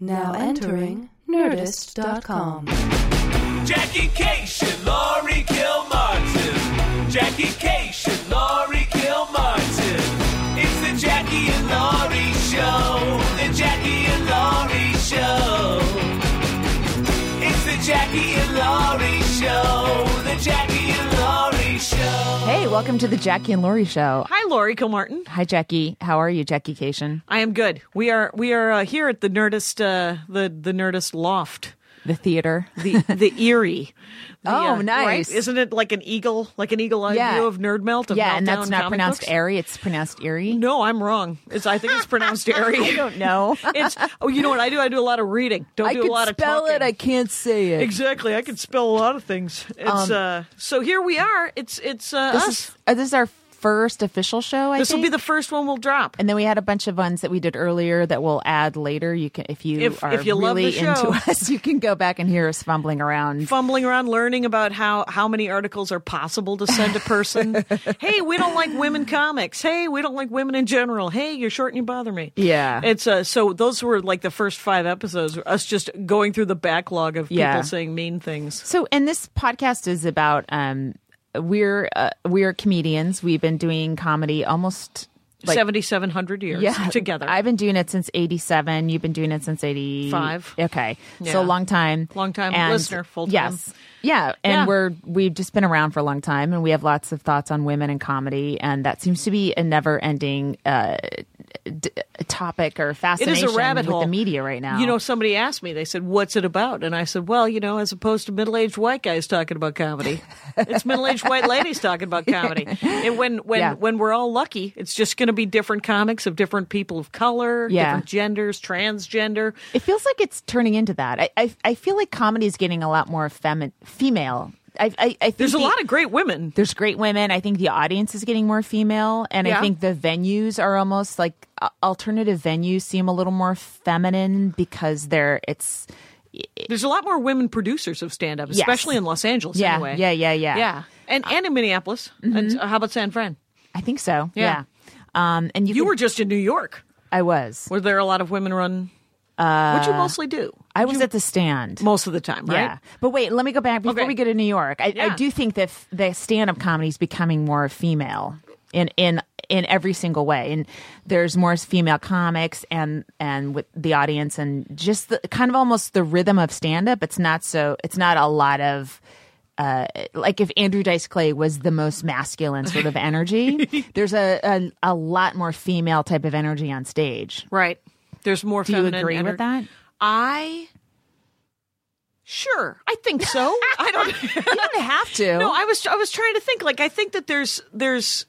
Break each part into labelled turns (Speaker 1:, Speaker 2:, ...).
Speaker 1: Now entering Nerdist.com.
Speaker 2: Jackie Cation, Laurie Kilmartin. Jackie Cation, Laurie Kilmartin. It's the Jackie and Laurie Show. The Jackie and Laurie Show. It's the Jackie and Laurie Show. The Jackie and Laurie Show.
Speaker 3: Hey, welcome to the Jackie and Laurie Show.
Speaker 4: Hi, Lori Kilmartin.
Speaker 3: Hi, Jackie. How are you, Jackie Cation?
Speaker 4: I am good. We are we are uh, here at the Nerdist uh, the the Nerdist Loft,
Speaker 3: The theater.
Speaker 4: the the Erie. The, uh,
Speaker 3: Oh,
Speaker 4: right?
Speaker 3: nice.
Speaker 4: Isn't it like an eagle, like an eagle eye
Speaker 3: Yeah.
Speaker 4: view of Nerd Melt? Of
Speaker 3: yeah, and
Speaker 4: Meltdown
Speaker 3: that's not
Speaker 4: comic
Speaker 3: pronounced
Speaker 4: books?
Speaker 3: airy. It's pronounced eerie.
Speaker 4: No, I'm wrong. It's I think it's pronounced Erie.
Speaker 3: I don't know.
Speaker 4: It's oh, you know what I do? I do a lot of reading. Don't
Speaker 3: I
Speaker 4: do
Speaker 3: could
Speaker 4: a lot
Speaker 3: spell
Speaker 4: of talking.
Speaker 3: it. I can't say it.
Speaker 4: Exactly, I could spell a lot of things. It's uh, so here we are. It's it's uh,
Speaker 3: Um, This
Speaker 4: us.
Speaker 3: is, uh, this is our first official show. I
Speaker 4: this will
Speaker 3: think.
Speaker 4: be the first one we'll drop.
Speaker 3: And then we had a bunch of ones that we did earlier that we'll add later. You can, if you
Speaker 4: If-
Speaker 3: are
Speaker 4: if you love
Speaker 3: really
Speaker 4: the show.
Speaker 3: into us, you can go back and hear us fumbling around.
Speaker 4: fumbling around learning about how how many articles are possible to send a person. hey, we don't like women comics. Hey, we don't like women in general. Hey, you're short and you bother me.
Speaker 3: Yeah.
Speaker 4: It's uh so those were like the first 5 episodes us just going through the backlog of
Speaker 3: Yeah.
Speaker 4: people saying mean things.
Speaker 3: So, and this podcast is about um, we're uh, we're comedians. We've been doing comedy almost like
Speaker 4: 7700 years together.
Speaker 3: I've been doing it since '87. You've been doing it since '85.
Speaker 4: Five.
Speaker 3: Okay,
Speaker 4: Yeah.
Speaker 3: so a long time,
Speaker 4: Long time listener, full time.
Speaker 3: Yes, yeah, and
Speaker 4: Yeah.
Speaker 3: we're we've just been around for a long time, and we have lots of thoughts on women and comedy, and that seems to be a never-ending uh, d- topic or
Speaker 4: it
Speaker 3: fascination
Speaker 4: is a rabbit
Speaker 3: with
Speaker 4: hole.
Speaker 3: the media right now.
Speaker 4: You know, somebody asked me. They said, "What's it about?" And I said, "Well, you know, as opposed to middle-aged white guys talking about comedy, it's middle-aged white ladies talking about comedy. And when when
Speaker 3: Yeah.
Speaker 4: when we're all lucky, it's just going to be different comics of different people of color,
Speaker 3: Yeah.
Speaker 4: different genders, transgender.
Speaker 3: It feels like it's turning into that. I I, I feel like comedy is getting a lot more femi- female. I, I, I think
Speaker 4: There's a
Speaker 3: the-
Speaker 4: lot of great women.
Speaker 3: there's great women. I think the audience is getting more female, and I
Speaker 4: Yeah.
Speaker 3: think the venues are almost like a- alternative venues seem a little more feminine because they're it's
Speaker 4: There's a lot more women producers of stand-up,
Speaker 3: Yes.
Speaker 4: especially in Los Angeles.
Speaker 3: yeah
Speaker 4: anyway.
Speaker 3: yeah yeah yeah Mm-hmm.
Speaker 4: yeah, and and in Minneapolis. And uh, how about San Fran?
Speaker 3: I think so yeah,
Speaker 4: Yeah.
Speaker 3: um and you,
Speaker 4: You
Speaker 3: could-
Speaker 4: were just in New York.
Speaker 3: I was
Speaker 4: Were there a lot of women-run? Uh, what you mostly do?
Speaker 3: I was at the stand
Speaker 4: most of the time, right?
Speaker 3: yeah but wait let me go back before
Speaker 4: Okay.
Speaker 3: we go to New York I, I
Speaker 4: Yeah.
Speaker 3: do think that f- the stand up comedy is becoming more female in in in every single way and there's more female comics and and with the audience and just the kind of almost the rhythm of stand up it's not so it's not a lot of uh, like if Andrew Dice Clay was the most masculine sort of energy, there's a, a a lot more female type of energy on stage.
Speaker 4: Right. There's more
Speaker 3: you
Speaker 4: feminine.
Speaker 3: agree with
Speaker 4: ener-
Speaker 3: that?
Speaker 4: I sure. I think so. I don't
Speaker 3: You don't have to.
Speaker 4: No, I was I was trying to think like I think that there's there's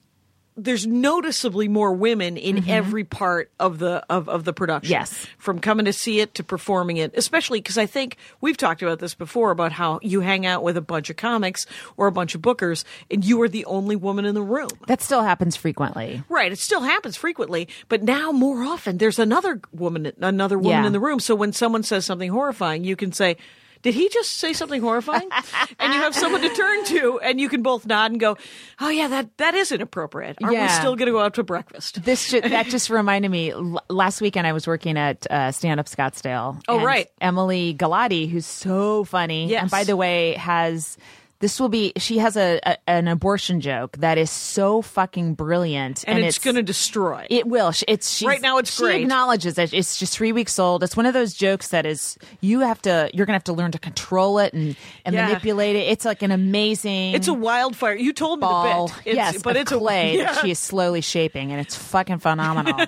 Speaker 4: there's noticeably more women in every part of the of, of the production.
Speaker 3: Mm-hmm. Yes.
Speaker 4: From coming to see it to performing it, especially because I think we've talked about this before about how you hang out with a bunch of comics or a bunch of bookers and you are the only woman in the room.
Speaker 3: that still happens frequently.
Speaker 4: Right. It still happens frequently, but now more often there's another woman, another woman
Speaker 3: Yeah.
Speaker 4: in the room. So when someone says something horrifying, you can say, did he just say something horrifying? and you have someone to turn to and you can both nod and go, oh yeah, that, that is inappropriate. Aren't we
Speaker 3: Yeah.
Speaker 4: still going to go out to breakfast?
Speaker 3: This ju- that just reminded me. L- last weekend, I was working at uh, Stand Up Scottsdale.
Speaker 4: Oh,
Speaker 3: and
Speaker 4: right.
Speaker 3: Emily Galati, who's so funny.
Speaker 4: Yes.
Speaker 3: And by the way, has this will be she has a, a an abortion joke that is so fucking brilliant,
Speaker 4: And, it's, going to destroy.
Speaker 3: It will. She- It's she's,
Speaker 4: Right now it's
Speaker 3: she
Speaker 4: great.
Speaker 3: acknowledges that it's just three weeks old. It's one of those jokes that is you have to you're gonna have to learn to control it and, and
Speaker 4: Yeah.
Speaker 3: manipulate it. It's like an amazing.
Speaker 4: it's a wildfire. You told me
Speaker 3: ball,
Speaker 4: the bit. It's,
Speaker 3: yes,
Speaker 4: but
Speaker 3: of
Speaker 4: it's
Speaker 3: clay
Speaker 4: a yeah.
Speaker 3: that she is slowly shaping, and it's fucking phenomenal.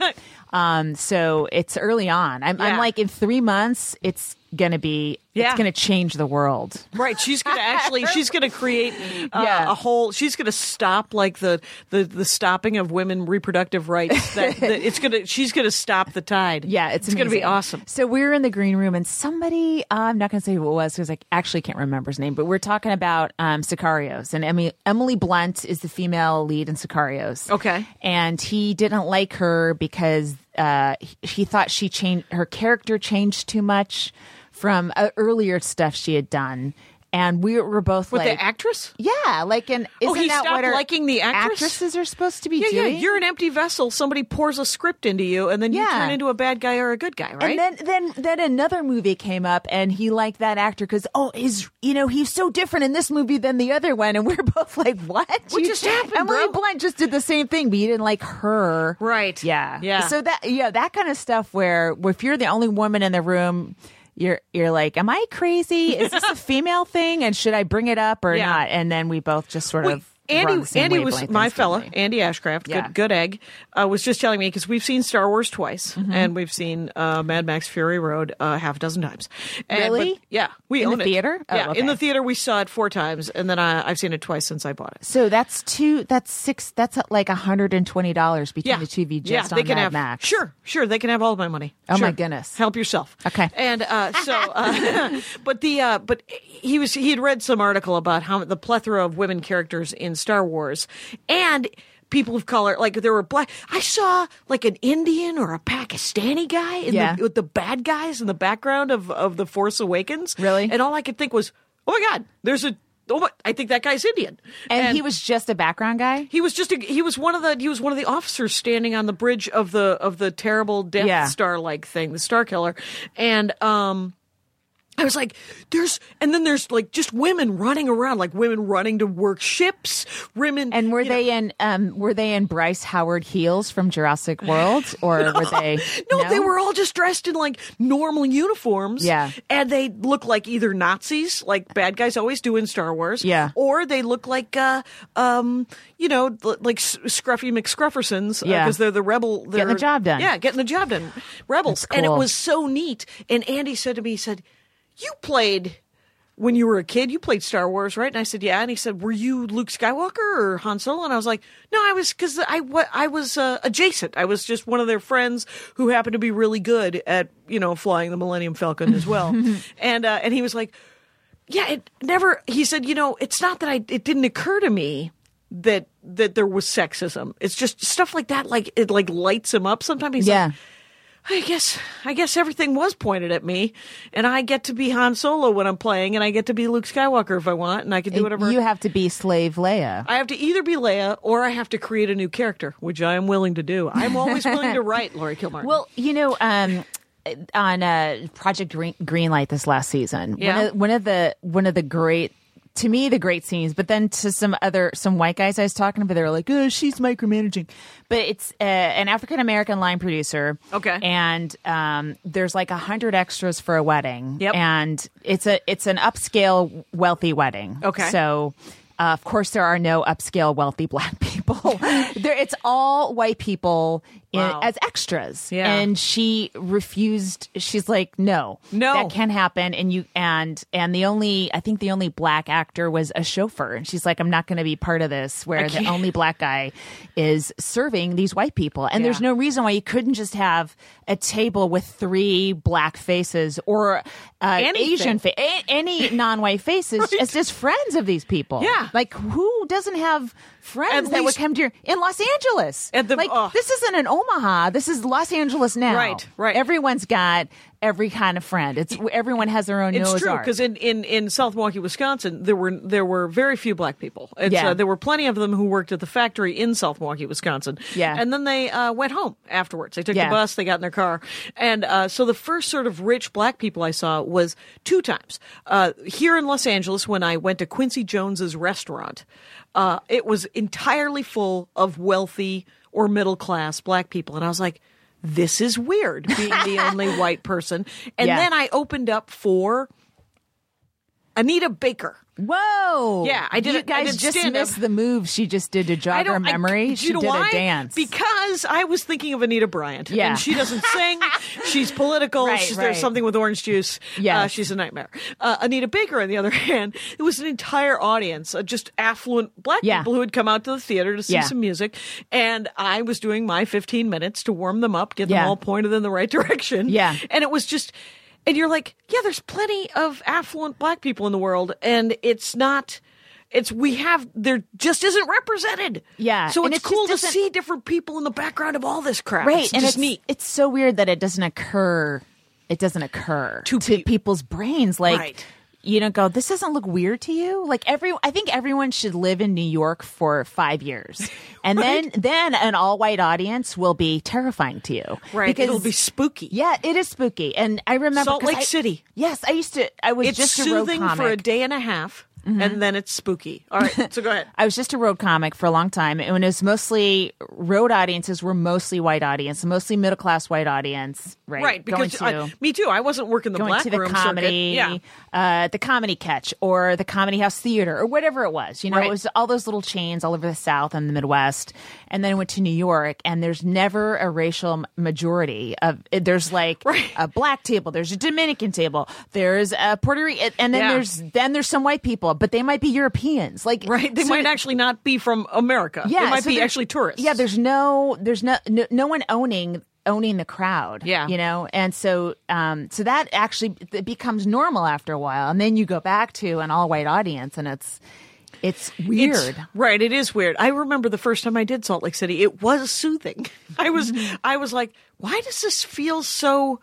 Speaker 3: um, so it's early on. I'm, I'm
Speaker 4: Yeah.
Speaker 3: like in three months, it's gonna be,
Speaker 4: Yeah.
Speaker 3: it's gonna change the world.
Speaker 4: Right, she's going to actually she's going to create uh,
Speaker 3: Yeah.
Speaker 4: a whole she's going to stop like the, the the stopping of women reproductive rights that, that it's going to she's going to stop the tide.
Speaker 3: Yeah, it's,
Speaker 4: going to be
Speaker 3: amazing.
Speaker 4: awesome.
Speaker 3: So we were in the green room, and somebody uh, I'm not going to say who it was because I actually can't remember his name, but we're talking about um, Sicarios, and Emily, Emily Blunt is the female lead in Sicarios.
Speaker 4: Okay.
Speaker 3: and he didn't like her because uh, he, he thought she changed her character changed too much from uh, earlier stuff she had done. and we were both
Speaker 4: With
Speaker 3: like,
Speaker 4: the actress?
Speaker 3: yeah, like and isn't
Speaker 4: Oh, he
Speaker 3: that what
Speaker 4: stopped
Speaker 3: our
Speaker 4: liking the actress?
Speaker 3: actresses are supposed to be
Speaker 4: Yeah,
Speaker 3: doing?
Speaker 4: yeah. You're an empty vessel. Somebody pours a script into you, and then you
Speaker 3: Yeah.
Speaker 4: turn into a bad guy or a good guy, right?
Speaker 3: And then, then, then another movie came up, and he liked that actor because oh, his, you know, he's so different in this movie than the other one, and we're both like, what?
Speaker 4: What
Speaker 3: You-
Speaker 4: just happened,
Speaker 3: Emily
Speaker 4: bro?
Speaker 3: Blunt just did the same thing, but you didn't like her,
Speaker 4: Right.
Speaker 3: Yeah,
Speaker 4: Yeah.
Speaker 3: So that, yeah, that kind of stuff where if you're the only woman in the room. You're you're like, am I crazy? Is this a female thing? And should I bring it up or
Speaker 4: Yeah.
Speaker 3: not? And then we both just sort
Speaker 4: Wait,
Speaker 3: of were on
Speaker 4: Andy,
Speaker 3: the same
Speaker 4: Andy was
Speaker 3: wavelength
Speaker 4: my fella.
Speaker 3: instantly.
Speaker 4: Andy Ashcraft,
Speaker 3: Yeah.
Speaker 4: good, good egg, uh, was just telling me because we've seen Star Wars twice
Speaker 3: Mm-hmm.
Speaker 4: and we've seen uh, Mad Max Fury Road uh, half a dozen times. And- but-
Speaker 3: Really?
Speaker 4: yeah, we
Speaker 3: In the
Speaker 4: own it.
Speaker 3: theater? Oh,
Speaker 4: yeah,
Speaker 3: okay.
Speaker 4: in the theater we saw it four times, and then I, I've seen it twice since I bought it.
Speaker 3: So that's two. That's six. That's uh, like hundred and twenty dollars between
Speaker 4: Yeah,
Speaker 3: the two of you just
Speaker 4: yeah,
Speaker 3: on
Speaker 4: they can
Speaker 3: Mad
Speaker 4: have,
Speaker 3: Max.
Speaker 4: Sure, sure, they can have all of my money.
Speaker 3: Oh, my
Speaker 4: Sure.
Speaker 3: goodness.
Speaker 4: help yourself.
Speaker 3: Okay.
Speaker 4: and uh, so, uh, but the uh, but he was he had read some article about how the plethora of women characters in Star Wars and people of color like there were black i saw like an indian or a pakistani guy in
Speaker 3: Yeah.
Speaker 4: the, with the bad guys in the background of, of the force awakens
Speaker 3: Really?
Speaker 4: and all i could think was oh my god there's a oh my i think that guy's indian
Speaker 3: and, he was just a background guy.
Speaker 4: he was just a, he was one of the he was one of the officers standing on the bridge of the of the terrible Death
Speaker 3: Yeah.
Speaker 4: Star like thing, the Star Killer, and um. I was like, there's, and then there's like just women running around, like women running to work ships, women.
Speaker 3: And were
Speaker 4: you know-
Speaker 3: they in? Um, were they in Bryce Howard heels from Jurassic World, or were they?
Speaker 4: No, they were all just dressed in like normal uniforms.
Speaker 3: Yeah.
Speaker 4: And they look like either Nazis, like bad guys always do in Star Wars.
Speaker 3: Yeah.
Speaker 4: Or they look like, uh, um, you know, l- like S- Scruffy McScruffersons.
Speaker 3: Yeah.
Speaker 4: Because they're the rebel. They're,
Speaker 3: the job done.
Speaker 4: Yeah, getting the job done. Rebels.
Speaker 3: That's
Speaker 4: And it
Speaker 3: cool.
Speaker 4: was so neat. And Andy said to me, he said, You played. When you were a kid, you played Star Wars, right? And I said, "Yeah." And he said, "Were you Luke Skywalker or Han Solo?" And I was like, "No, I was because I wa- I was uh, adjacent. I was just one of their friends who happened to be really good at you know flying the Millennium Falcon as well." and uh, and he was like, "Yeah, it never." He said, "You know, it's not that I. It didn't occur to me." That that there was sexism. It's just stuff like that. Like it like lights him up. Sometimes he's
Speaker 3: Yeah.
Speaker 4: like, I guess I guess everything was pointed at me, and I get to be Han Solo when I'm playing, and I get to be Luke Skywalker if I want, and I can do whatever.
Speaker 3: You have to be slave Leia.
Speaker 4: I have to either be Leia or I have to create a new character, which I am willing to do. I'm always willing to write Laurie Kilmartin.
Speaker 3: Well, you know, um, on uh, Project Green- Greenlight this last season, one,
Speaker 4: Yeah.
Speaker 3: of, one of the one of the great. To me, the great scenes, but then to some other some white guys I was talking to, they were like, "Oh, she's micromanaging," but it's uh, an African American line producer.
Speaker 4: Okay.
Speaker 3: and um, there's like a hundred extras for a wedding.
Speaker 4: Yep.
Speaker 3: and it's a it's an upscale wealthy wedding.
Speaker 4: Okay.
Speaker 3: so uh, of course there are no upscale wealthy black people. there, it's all white people in,
Speaker 4: Wow.
Speaker 3: as extras
Speaker 4: Yeah.
Speaker 3: and she refused she's like no
Speaker 4: No.
Speaker 3: that can happen and you and and the only i think the only black actor was a chauffeur and she's like i'm not going to be part of this where the
Speaker 4: can't.
Speaker 3: only black guy is serving these white people and there's
Speaker 4: Yeah.
Speaker 3: no reason why you couldn't just have a table with three black faces or uh,
Speaker 4: Anything.
Speaker 3: asian fa- a- any non-white faces as just friends of these people
Speaker 4: Yeah.
Speaker 3: like who doesn't have friends
Speaker 4: At
Speaker 3: that would
Speaker 4: least-
Speaker 3: come to your in los angeles
Speaker 4: At the-
Speaker 3: like
Speaker 4: oh.
Speaker 3: this isn't in Omaha. This is Los Angeles now.
Speaker 4: Right, right.
Speaker 3: Everyone's got every kind of friend. It's everyone has their own
Speaker 4: It's
Speaker 3: Noah's
Speaker 4: true
Speaker 3: Ark.
Speaker 4: because in, in, in South Milwaukee, Wisconsin, there were there were very few black people. It's,
Speaker 3: Yeah.
Speaker 4: uh, there were plenty of them who worked at the factory in South Milwaukee, Wisconsin.
Speaker 3: Yeah.
Speaker 4: and then they uh, went home afterwards. They took
Speaker 3: Yeah.
Speaker 4: the bus, they got in their car, and uh, so the first sort of rich black people I saw was two times uh, here in Los Angeles when I went to Quincy Jones's restaurant. Uh, it was entirely full of wealthy or middle class black people, and I was like. This is weird being the only white person. And
Speaker 3: Yeah.
Speaker 4: then I opened up for Anita Baker.
Speaker 3: Whoa.
Speaker 4: Yeah, I did
Speaker 3: You
Speaker 4: it- I
Speaker 3: guys
Speaker 4: did
Speaker 3: just
Speaker 4: stand up.
Speaker 3: missed the move she just did to jog her memory.
Speaker 4: do
Speaker 3: she
Speaker 4: you know
Speaker 3: did
Speaker 4: why?
Speaker 3: a dance.
Speaker 4: because I was thinking of Anita Bryant.
Speaker 3: Yeah.
Speaker 4: and she doesn't sing. she's political.
Speaker 3: Right,
Speaker 4: she's,
Speaker 3: right.
Speaker 4: There's something with orange juice.
Speaker 3: Yes.
Speaker 4: Uh, she's a nightmare. Uh, Anita Baker, on the other hand, it was an entire audience, uh, just affluent black
Speaker 3: Yeah.
Speaker 4: people who had come out to the theater to see
Speaker 3: Yeah.
Speaker 4: some music, and I was doing my 15 minutes to warm them up, get
Speaker 3: Yeah.
Speaker 4: them all pointed in the right direction.
Speaker 3: Yeah.
Speaker 4: and it was just. And you're like, yeah, there's plenty of affluent black people in the world, and it's not, it's we have there just isn't represented.
Speaker 3: Yeah,
Speaker 4: So
Speaker 3: and
Speaker 4: it's
Speaker 3: it just
Speaker 4: cool to
Speaker 3: doesn't-
Speaker 4: see different people in the background of all this crap.
Speaker 3: right,
Speaker 4: It's
Speaker 3: and
Speaker 4: just
Speaker 3: it's
Speaker 4: neat.
Speaker 3: it's so weird that it doesn't occur. It doesn't occur
Speaker 4: To
Speaker 3: to
Speaker 4: peo-
Speaker 3: people's brains. Like
Speaker 4: Right.
Speaker 3: you don't go, this doesn't look weird to you. Like every, I think everyone should live in New York for five years. And then, then an all white audience will be terrifying to you.
Speaker 4: Right.
Speaker 3: Because
Speaker 4: It'll be spooky.
Speaker 3: Yeah, it is spooky. And I remember
Speaker 4: Salt
Speaker 3: 'cause
Speaker 4: Lake
Speaker 3: I-
Speaker 4: City.
Speaker 3: Yes. I used to, I was
Speaker 4: It's
Speaker 3: just a road
Speaker 4: soothing
Speaker 3: comic. Mm-hmm.
Speaker 4: for a day and a half, and then it's spooky. All right, so go ahead.
Speaker 3: I was just a road comic for a long time, and it was mostly road audiences were mostly white audience, mostly middle class white audience, right?
Speaker 4: Right,
Speaker 3: Going
Speaker 4: because I,
Speaker 3: to-
Speaker 4: me too. I wasn't working the
Speaker 3: going
Speaker 4: black
Speaker 3: to the
Speaker 4: room
Speaker 3: comedy,
Speaker 4: circuit.
Speaker 3: uh, the comedy catch, or the comedy house theater, or whatever it was. You know,
Speaker 4: Right.
Speaker 3: it was all those little chains all over the South and the Midwest, and then I went to New York. And there's never a racial m- majority of. it- There's like
Speaker 4: Right.
Speaker 3: a black table, there's a Dominican table, there's a Puerto Rican, and then
Speaker 4: Yeah.
Speaker 3: there's then there's some white people, but they might be Europeans, like
Speaker 4: Yeah, right. They
Speaker 3: so
Speaker 4: might actually not be from America.
Speaker 3: yeah,
Speaker 4: they might
Speaker 3: so
Speaker 4: be
Speaker 3: there-
Speaker 4: actually tourists.
Speaker 3: Yeah, there's no, there's no, no, no one owning owning the crowd.
Speaker 4: Yeah.
Speaker 3: you know, and so, um, so that actually it becomes normal after a while, and then you go back to an all white audience, and it's it's
Speaker 4: It's-
Speaker 3: weird.
Speaker 4: right, it is weird. I remember the first time I did Salt Lake City, it was soothing. I was I was like, why does this feel so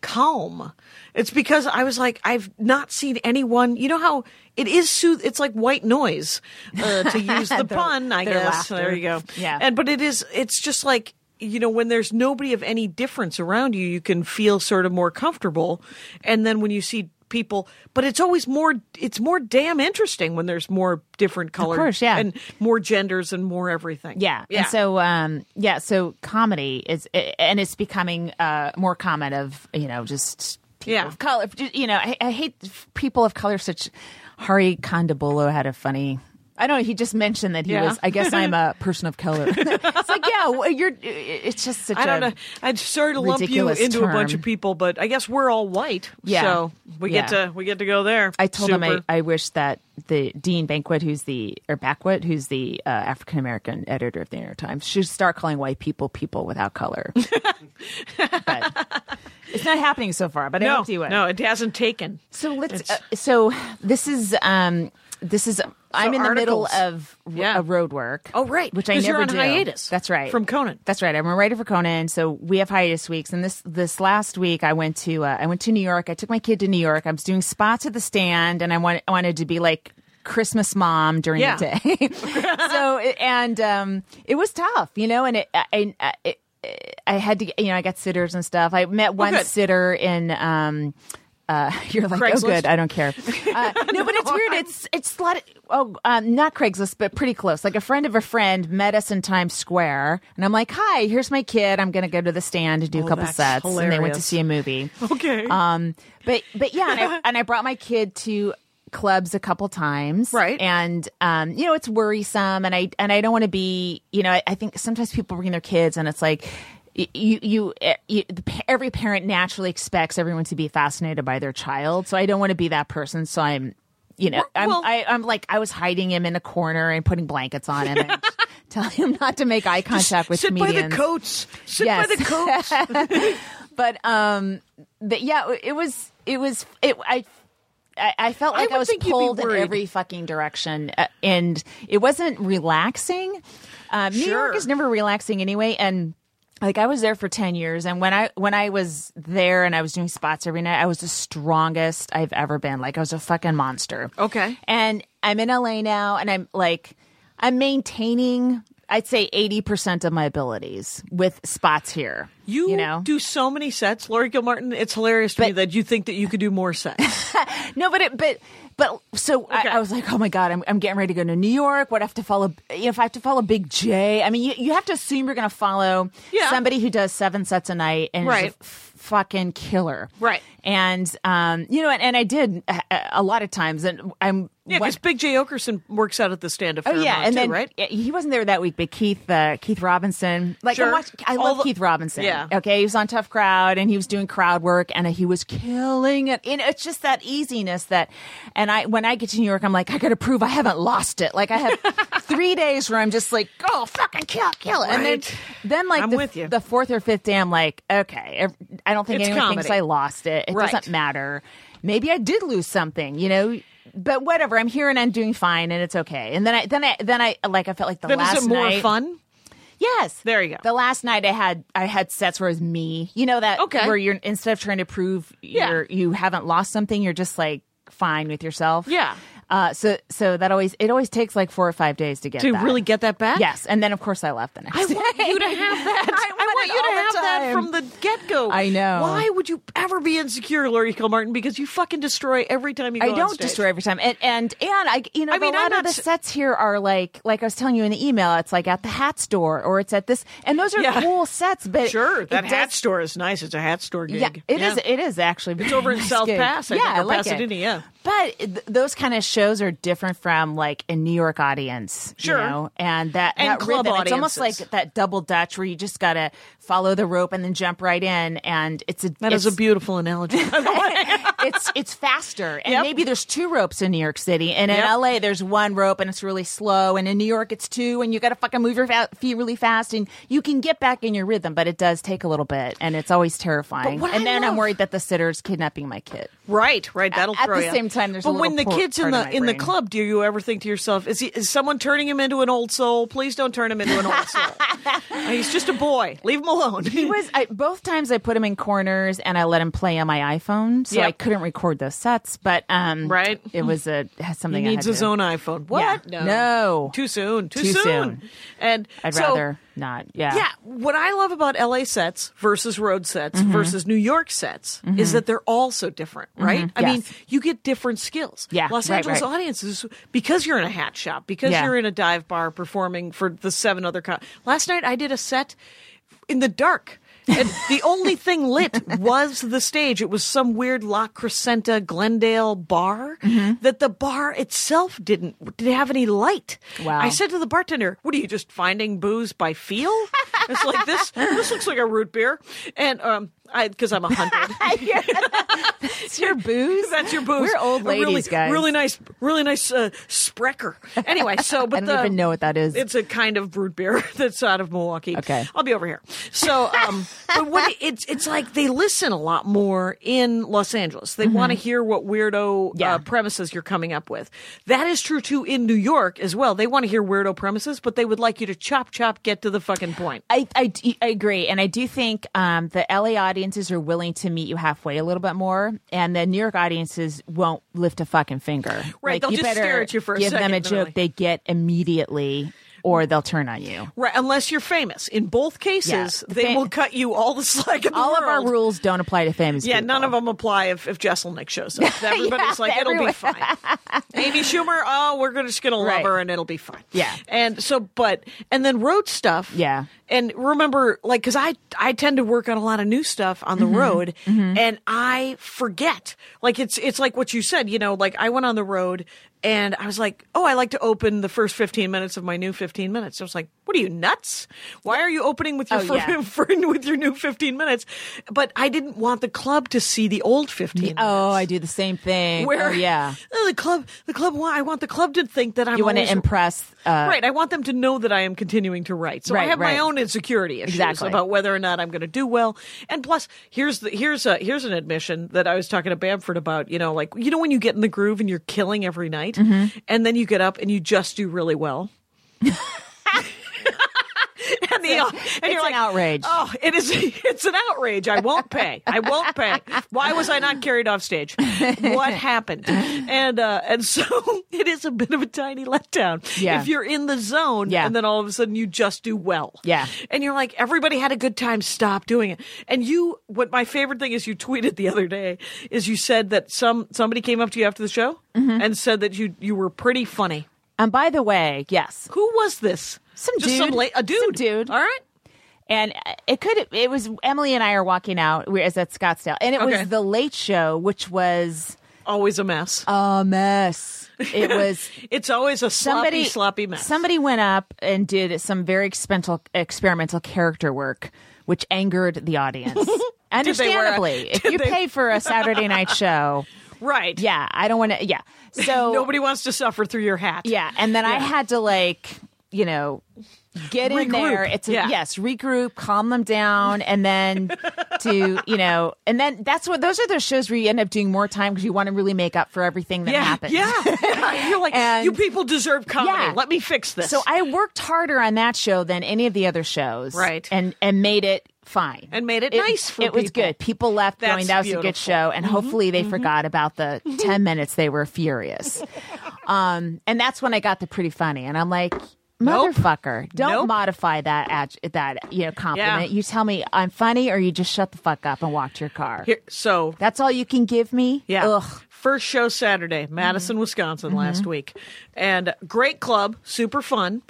Speaker 4: calm? It's because I was like, I've not seen anyone. You know how it is sooth. It's like white noise, uh, to use the
Speaker 3: Their-
Speaker 4: pun. I
Speaker 3: their
Speaker 4: guess
Speaker 3: laughter.
Speaker 4: there you go.
Speaker 3: Yeah.
Speaker 4: and but it is. It's just like. You know, when there's nobody of any difference around you, you can feel sort of more comfortable. And then when you see people, but it's always more, it's more damn interesting when there's more different colors
Speaker 3: Of course, yeah.
Speaker 4: and more genders and more everything.
Speaker 3: Yeah. And so, um, yeah. So comedy is, and it's becoming uh, more common of, you know, just people
Speaker 4: Yeah.
Speaker 3: of color. You know, I, I hate people of color. Such Hari Kondabolo had a funny. I don't know. He just mentioned that he
Speaker 4: Yeah.
Speaker 3: was. I guess I'm a person of color. it's like, yeah, well, you're. It's just such.
Speaker 4: I don't
Speaker 3: a-
Speaker 4: know. I'd sorry to lump you
Speaker 3: ridiculous
Speaker 4: into a bunch
Speaker 3: term.
Speaker 4: of people, but I guess we're all white.
Speaker 3: Yeah.
Speaker 4: So we get
Speaker 3: Yeah.
Speaker 4: to we get to go there.
Speaker 3: I told him
Speaker 4: Super.
Speaker 3: I, I wish that the Dean Banquet, who's the or Backwet, who's the uh, African American editor of the New York Times, should start calling white people people without color. but it's not happening so far. But I
Speaker 4: no,
Speaker 3: hope you would.
Speaker 4: no, it hasn't taken.
Speaker 3: So let's.
Speaker 4: It's-
Speaker 3: Uh, so this is. um This is. I'm in the
Speaker 4: articles.
Speaker 3: middle of r-
Speaker 4: Yeah.
Speaker 3: a road work.
Speaker 4: Oh, right.
Speaker 3: which I
Speaker 4: 'Cause
Speaker 3: never
Speaker 4: you're on
Speaker 3: do.
Speaker 4: hiatus
Speaker 3: That's right
Speaker 4: from Conan.
Speaker 3: That's right. I'm a writer for Conan, so we have hiatus weeks. And this this last week, I went to uh, I went to New York. I took my kid to New York. I was doing spots at the stand, and I want, I wanted to be like Christmas mom during
Speaker 4: Yeah.
Speaker 3: the day. so it- and um, it was tough, you know. And it, I, I, it, I had to, you know, I got sitters and stuff. I met one
Speaker 4: Oh, good.
Speaker 3: sitter in. Um, uh, you're like, oh,
Speaker 4: Craigslist?
Speaker 3: good. I don't care. Uh, no, but it's weird. It's it's a lot. Of, oh, um, not Craigslist, but pretty close. Like a friend of a friend met us in Times Square, and I'm like, "Hi, here's my kid. I'm gonna go to the stand and do a couple
Speaker 4: Oh, that's
Speaker 3: sets." And they went to
Speaker 4: hilarious.
Speaker 3: see a movie.
Speaker 4: Okay.
Speaker 3: Um, but but yeah, and I, and I brought my kid to clubs a couple times,
Speaker 4: Right.
Speaker 3: And um, you know, it's worrisome, and I and I don't want to be, you know, I, I think sometimes people bring their kids, and it's like. y- You, you, eh, you, the pa- every parent naturally expects everyone to be fascinated by their child. So I don't want to be that person. So I'm, you know, I'm,
Speaker 4: well-
Speaker 3: I, I'm like, I was hiding him in a corner and putting blankets on him and telling him not to make eye contact with
Speaker 4: Sit
Speaker 3: comedians
Speaker 4: by the coats. Sit by
Speaker 3: Yes.
Speaker 4: the coats.
Speaker 3: but um but yeah it was it was it i I I felt
Speaker 4: I
Speaker 3: like I,
Speaker 4: would
Speaker 3: was
Speaker 4: think you'd be
Speaker 3: pulled in
Speaker 4: worried.
Speaker 3: every fucking direction, uh, and it wasn't relaxing. Um, New York
Speaker 4: Sure.
Speaker 3: is never relaxing anyway, and like I was there for ten years, and when I when I was there and I was doing spots every night, I was the strongest I've ever been. Like I was a fucking monster.
Speaker 4: Okay.
Speaker 3: and I'm in LA now, and I'm like I'm maintaining. I'd say eighty percent of my abilities with spots here.
Speaker 4: You,
Speaker 3: know,
Speaker 4: do so many sets, Lori Gilmartin. It's hilarious to me
Speaker 3: But-
Speaker 4: that you think that you could do more sets.
Speaker 3: No, but it, but but so
Speaker 4: Okay.
Speaker 3: I, I was like, oh my god, I'm, I'm getting ready to go to New York. What if I have to follow? If I have to follow Big J, I mean, you, you have to assume you're going to follow
Speaker 4: Yeah.
Speaker 3: somebody who does seven sets a night and
Speaker 4: Right.
Speaker 3: is a f- fucking killer,
Speaker 4: Right.
Speaker 3: And um, you know, and, and I did a, a- a lot of times, and I'm
Speaker 4: yeah,
Speaker 3: what-
Speaker 4: because Big J Okerson works out at the stand up.
Speaker 3: Oh yeah, and
Speaker 4: too,
Speaker 3: then
Speaker 4: right?
Speaker 3: yeah, he wasn't there that week, but Keith uh, Keith Robinson, like
Speaker 4: Sure.
Speaker 3: I, watched, I
Speaker 4: All
Speaker 3: love
Speaker 4: the-
Speaker 3: Keith Robinson.
Speaker 4: Yeah.
Speaker 3: okay, he was on Tough Crowd and he was doing crowd work and he was killing it. And it's just that easiness that, and I when I get to New York, I'm like I got to prove I haven't lost it. Like I have three days where I'm just like, oh fucking kill, kill it, and then
Speaker 4: Right.
Speaker 3: then like
Speaker 4: I'm
Speaker 3: the,
Speaker 4: with you.
Speaker 3: the fourth or fifth day, I'm like, okay, ev- I don't think
Speaker 4: It's
Speaker 3: anyone thinks
Speaker 4: comedy.
Speaker 3: I lost it. It
Speaker 4: Right.
Speaker 3: doesn't matter. Maybe I did lose something, you know. But whatever, I'm here and I'm doing fine, and it's okay. And then I, then I, then I, like I felt like the
Speaker 4: Then
Speaker 3: last
Speaker 4: is it more
Speaker 3: night.
Speaker 4: fun?
Speaker 3: Yes,
Speaker 4: There you go.
Speaker 3: The last night I had, I had sets where it was me. You know that
Speaker 4: Okay.
Speaker 3: where you're instead of trying to prove
Speaker 4: Yeah.
Speaker 3: you're you haven't lost something, you're just like fine with yourself.
Speaker 4: Yeah.
Speaker 3: Uh, so so that always it always takes like four or five days to get
Speaker 4: to
Speaker 3: that.
Speaker 4: really get that back.
Speaker 3: Yes, and then of course I left the next
Speaker 4: I
Speaker 3: day.
Speaker 4: want you to have that.
Speaker 3: I want it
Speaker 4: you to
Speaker 3: all the
Speaker 4: have that
Speaker 3: time.
Speaker 4: from the get go.
Speaker 3: I know.
Speaker 4: Why would you ever be insecure, Lori Kilmartin? Because you fucking destroy every time you go
Speaker 3: I
Speaker 4: on
Speaker 3: don't
Speaker 4: stage.
Speaker 3: destroy every time, and and and I, you know,
Speaker 4: I
Speaker 3: the-
Speaker 4: mean,
Speaker 3: a lot
Speaker 4: I'm
Speaker 3: of
Speaker 4: not
Speaker 3: the
Speaker 4: s-
Speaker 3: sets here are like, like I was telling you in the email, it's like at the hat store or it's at this, and those are
Speaker 4: Yeah.
Speaker 3: cool sets. But
Speaker 4: Sure,
Speaker 3: it
Speaker 4: that
Speaker 3: does-
Speaker 4: hat store is nice. It's a hat store gig.
Speaker 3: Yeah, it is. It is actually. It's
Speaker 4: over in South Pass, I
Speaker 3: yeah,
Speaker 4: think, or
Speaker 3: I like
Speaker 4: Pasadena,
Speaker 3: It.
Speaker 4: yeah.
Speaker 3: but th- those kind of shows are different from like a New York audience,
Speaker 4: Sure.
Speaker 3: You know? And that
Speaker 4: And
Speaker 3: that
Speaker 4: club
Speaker 3: rhythm, it's almost
Speaker 4: audiences.
Speaker 3: like that double dutch where you just gotta follow the rope and then jump right in, and it's a
Speaker 4: That
Speaker 3: it's,
Speaker 4: is a beautiful analogy. by the way.
Speaker 3: it's it's faster and
Speaker 4: Yep.
Speaker 3: maybe there's two ropes in new york city and in
Speaker 4: Yep.
Speaker 3: la there's one rope and it's really slow and in new york it's two and you gotta fucking move your fa- feet really fast and you can get back in your rhythm but it does take a little bit and it's always terrifying
Speaker 4: what
Speaker 3: and
Speaker 4: I
Speaker 3: then
Speaker 4: love-
Speaker 3: i'm worried that the sitter's kidnapping my kid
Speaker 4: Right, right. That'll
Speaker 3: at
Speaker 4: throw
Speaker 3: the
Speaker 4: ya.
Speaker 3: same time, there's a
Speaker 4: but
Speaker 3: little
Speaker 4: when the
Speaker 3: por-
Speaker 4: kids in
Speaker 3: part of
Speaker 4: the
Speaker 3: my
Speaker 4: in the
Speaker 3: brain.
Speaker 4: club, do you ever think to yourself, is he is someone turning him into an old soul? Please don't turn him into an old soul. He's just a boy. Leave him alone.
Speaker 3: It was I, both times I put him in corners and I let him play on my iPhone, so
Speaker 4: Yep.
Speaker 3: I couldn't record those sets. But um,
Speaker 4: Right.
Speaker 3: it was a something I
Speaker 4: He needs
Speaker 3: had
Speaker 4: his
Speaker 3: to-
Speaker 4: own iPhone. What?
Speaker 3: Yeah. No.
Speaker 4: Too soon. Too,
Speaker 3: Too
Speaker 4: soon.
Speaker 3: soon.
Speaker 4: And
Speaker 3: I'd
Speaker 4: so-
Speaker 3: rather not. Yeah,
Speaker 4: Yeah, what I love about LA sets versus road sets
Speaker 3: Mm-hmm.
Speaker 4: versus New York sets is that they're all so different, right? I mean,
Speaker 3: Yes.
Speaker 4: you get different skills.
Speaker 3: Yeah,
Speaker 4: Los
Speaker 3: right,
Speaker 4: Angeles
Speaker 3: right.
Speaker 4: audiences, because you're in a hat shop, because
Speaker 3: Yeah.
Speaker 4: you're in a dive bar performing for the seven other. Co- Last night I did a set in the dark. and the only thing lit was the stage. It was some weird La Crescenta Glendale bar that the bar itself didn't didn't have any light.
Speaker 3: Wow.
Speaker 4: I said to the bartender, "What are you just finding booze by feel?" it's like this. This looks like a root beer, and um, I because I'm a hundred.
Speaker 3: it's your booze.
Speaker 4: That's your booze.
Speaker 3: We're old
Speaker 4: A
Speaker 3: ladies,
Speaker 4: really,
Speaker 3: guys.
Speaker 4: Really nice, really nice uh, Sprecher. Anyway, so but
Speaker 3: I don't
Speaker 4: the-
Speaker 3: even know what that is.
Speaker 4: It's a kind of root beer that's out of Milwaukee.
Speaker 3: Okay.
Speaker 4: I'll be over here. So, um, but what it- it's it's like they listen a lot more in Los Angeles. They want to hear what weirdo uh,
Speaker 3: Mm-hmm. Yeah.
Speaker 4: premises you're coming up with. That is true too in New York as well. They want to hear weirdo premises, but they would like you to chop chop get to the fucking point.
Speaker 3: I, I, d- I agree. And I do think um, the LA audiences are willing to meet you halfway a little bit more. And the New York audiences won't lift a fucking finger.
Speaker 4: Right, they'll
Speaker 3: you
Speaker 4: just
Speaker 3: better
Speaker 4: stare at you for a
Speaker 3: Give
Speaker 4: second,
Speaker 3: them a
Speaker 4: and they're
Speaker 3: joke
Speaker 4: like-
Speaker 3: they get immediately, or they'll turn on you.
Speaker 4: Right, unless you're famous. In both cases,
Speaker 3: Yeah.
Speaker 4: they
Speaker 3: Fa-
Speaker 4: will cut you all the slack in the
Speaker 3: All of our
Speaker 4: world.
Speaker 3: rules don't apply to famous
Speaker 4: Yeah,
Speaker 3: people.
Speaker 4: none of them apply if, if Jesselnick shows up. Everybody's like, it'll be
Speaker 3: everyone-
Speaker 4: fine. Amy Schumer, oh, we're gonna- just going to love
Speaker 3: Right.
Speaker 4: her and it'll be fine.
Speaker 3: Yeah.
Speaker 4: And so, but, and then road stuff.
Speaker 3: Yeah.
Speaker 4: And remember, like, because I, I tend to work on a lot of new stuff on the
Speaker 3: Mm-hmm.
Speaker 4: road and I forget. Like, it's, it's like what you said, you know, like I went on the road and I was like, oh, I like to open the first 15 minutes of my new 15 minutes. I was like, what are you nuts? Why are you opening with your,
Speaker 3: Oh,
Speaker 4: fir-
Speaker 3: yeah.
Speaker 4: for- with your new 15 minutes? But I didn't want the club to see the old 15 minutes.
Speaker 3: Oh, I do the same thing.
Speaker 4: Where
Speaker 3: oh, yeah.
Speaker 4: the club, the club. wa- I want the club to think that I'm.
Speaker 3: You want to
Speaker 4: always-
Speaker 3: impress. Uh,
Speaker 4: right. I want them to know that I am continuing to write. So I
Speaker 3: Right,
Speaker 4: have my
Speaker 3: right.
Speaker 4: own insecurity issues
Speaker 3: Exactly.
Speaker 4: about whether or not I'm going to do well. And plus, here's the here's a here's an admission that I was talking to Bamford about. You know, like you know when you get in the groove and you're killing every night,
Speaker 3: Mm-hmm.
Speaker 4: and then you get up and you just do really well. and the, and you're
Speaker 3: an
Speaker 4: like,
Speaker 3: outrage.
Speaker 4: Oh, it is. It's an outrage. I won't pay. I won't pay. Why was I not carried off stage? What happened? And uh, and so it is a bit of a tiny letdown
Speaker 3: Yeah.
Speaker 4: if you're in the zone
Speaker 3: Yeah.
Speaker 4: and then all of a sudden you just do well.
Speaker 3: Yeah.
Speaker 4: and you're like, everybody had a good time. Stop doing it. And you, what my favorite thing is, you tweeted the other day is you said that some somebody came up to you after the show
Speaker 3: Mm-hmm.
Speaker 4: and said that you you were pretty funny.
Speaker 3: And by the way, yes.
Speaker 4: Who was this?
Speaker 3: Some
Speaker 4: Just
Speaker 3: dude.
Speaker 4: Some la- a
Speaker 3: Some
Speaker 4: dude.
Speaker 3: dude.
Speaker 4: All right.
Speaker 3: And uh, it could, it was Emily and I are walking out. We was at Scottsdale. And it
Speaker 4: Okay.
Speaker 3: was the late show, which was
Speaker 4: Always a mess.
Speaker 3: a mess. It was.
Speaker 4: it's always a
Speaker 3: somebody
Speaker 4: sloppy, sloppy mess.
Speaker 3: Somebody went up and did some very experimental experimental character work, which angered the audience.
Speaker 4: they wear a-
Speaker 3: Understandably, if
Speaker 4: did
Speaker 3: you
Speaker 4: they-
Speaker 3: pay for a Saturday night show,
Speaker 4: right.
Speaker 3: yeah, I don't want to. Yeah, so
Speaker 4: Nobody wants to suffer through your hat.
Speaker 3: yeah, and then I had to like you know get in
Speaker 4: Regroup.
Speaker 3: there. It's a,
Speaker 4: Yeah.
Speaker 3: yes, regroup, calm them down, and then to you know, and then that's what those are those shows where you end up doing more time because you want to really make up for everything that
Speaker 4: Yeah.
Speaker 3: happened.
Speaker 4: Yeah. yeah. You're like,
Speaker 3: And-
Speaker 4: you people deserve comedy.
Speaker 3: Yeah.
Speaker 4: Let me fix this.
Speaker 3: So I worked harder on that show than any of the other shows,
Speaker 4: Right.
Speaker 3: And and made it fine
Speaker 4: And made it nice for
Speaker 3: it was
Speaker 4: people.
Speaker 3: good people left going
Speaker 4: That's
Speaker 3: that was a good
Speaker 4: beautiful. Mm-hmm.
Speaker 3: show and hopefully they forgot about the 10 minutes they were furious um and that's when i got the pretty funny and i'm like
Speaker 4: Nope.
Speaker 3: motherfucker don't
Speaker 4: Nope.
Speaker 3: modify that ad- that you know compliment
Speaker 4: Yeah.
Speaker 3: you tell me i'm funny or you just shut the fuck up and walk to your car
Speaker 4: Here, so
Speaker 3: that's all you can give me
Speaker 4: Yeah.
Speaker 3: Ugh. Mm-hmm.
Speaker 4: First show Saturday, Madison, Wisconsin last week. And great club, super fun.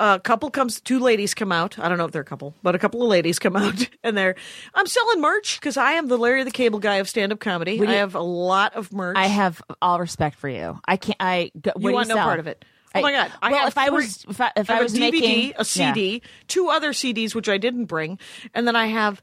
Speaker 4: A couple comes, two ladies come out. I don't know if they're a couple, but a couple of ladies come out and they're, I'm selling merch because I am the Larry the Cable guy of stand up comedy. I have a lot of merch.
Speaker 3: I have all respect for you. I can't. I go, what do
Speaker 4: want
Speaker 3: you
Speaker 4: no
Speaker 3: sell?
Speaker 4: part of it. Oh
Speaker 3: I-
Speaker 4: my God, I
Speaker 3: well,
Speaker 4: have
Speaker 3: if I
Speaker 4: three-
Speaker 3: was, if I, if
Speaker 4: I
Speaker 3: I
Speaker 4: have
Speaker 3: was
Speaker 4: a DVD,
Speaker 3: making
Speaker 4: a CD, two other CDs, which I didn't bring. And then I have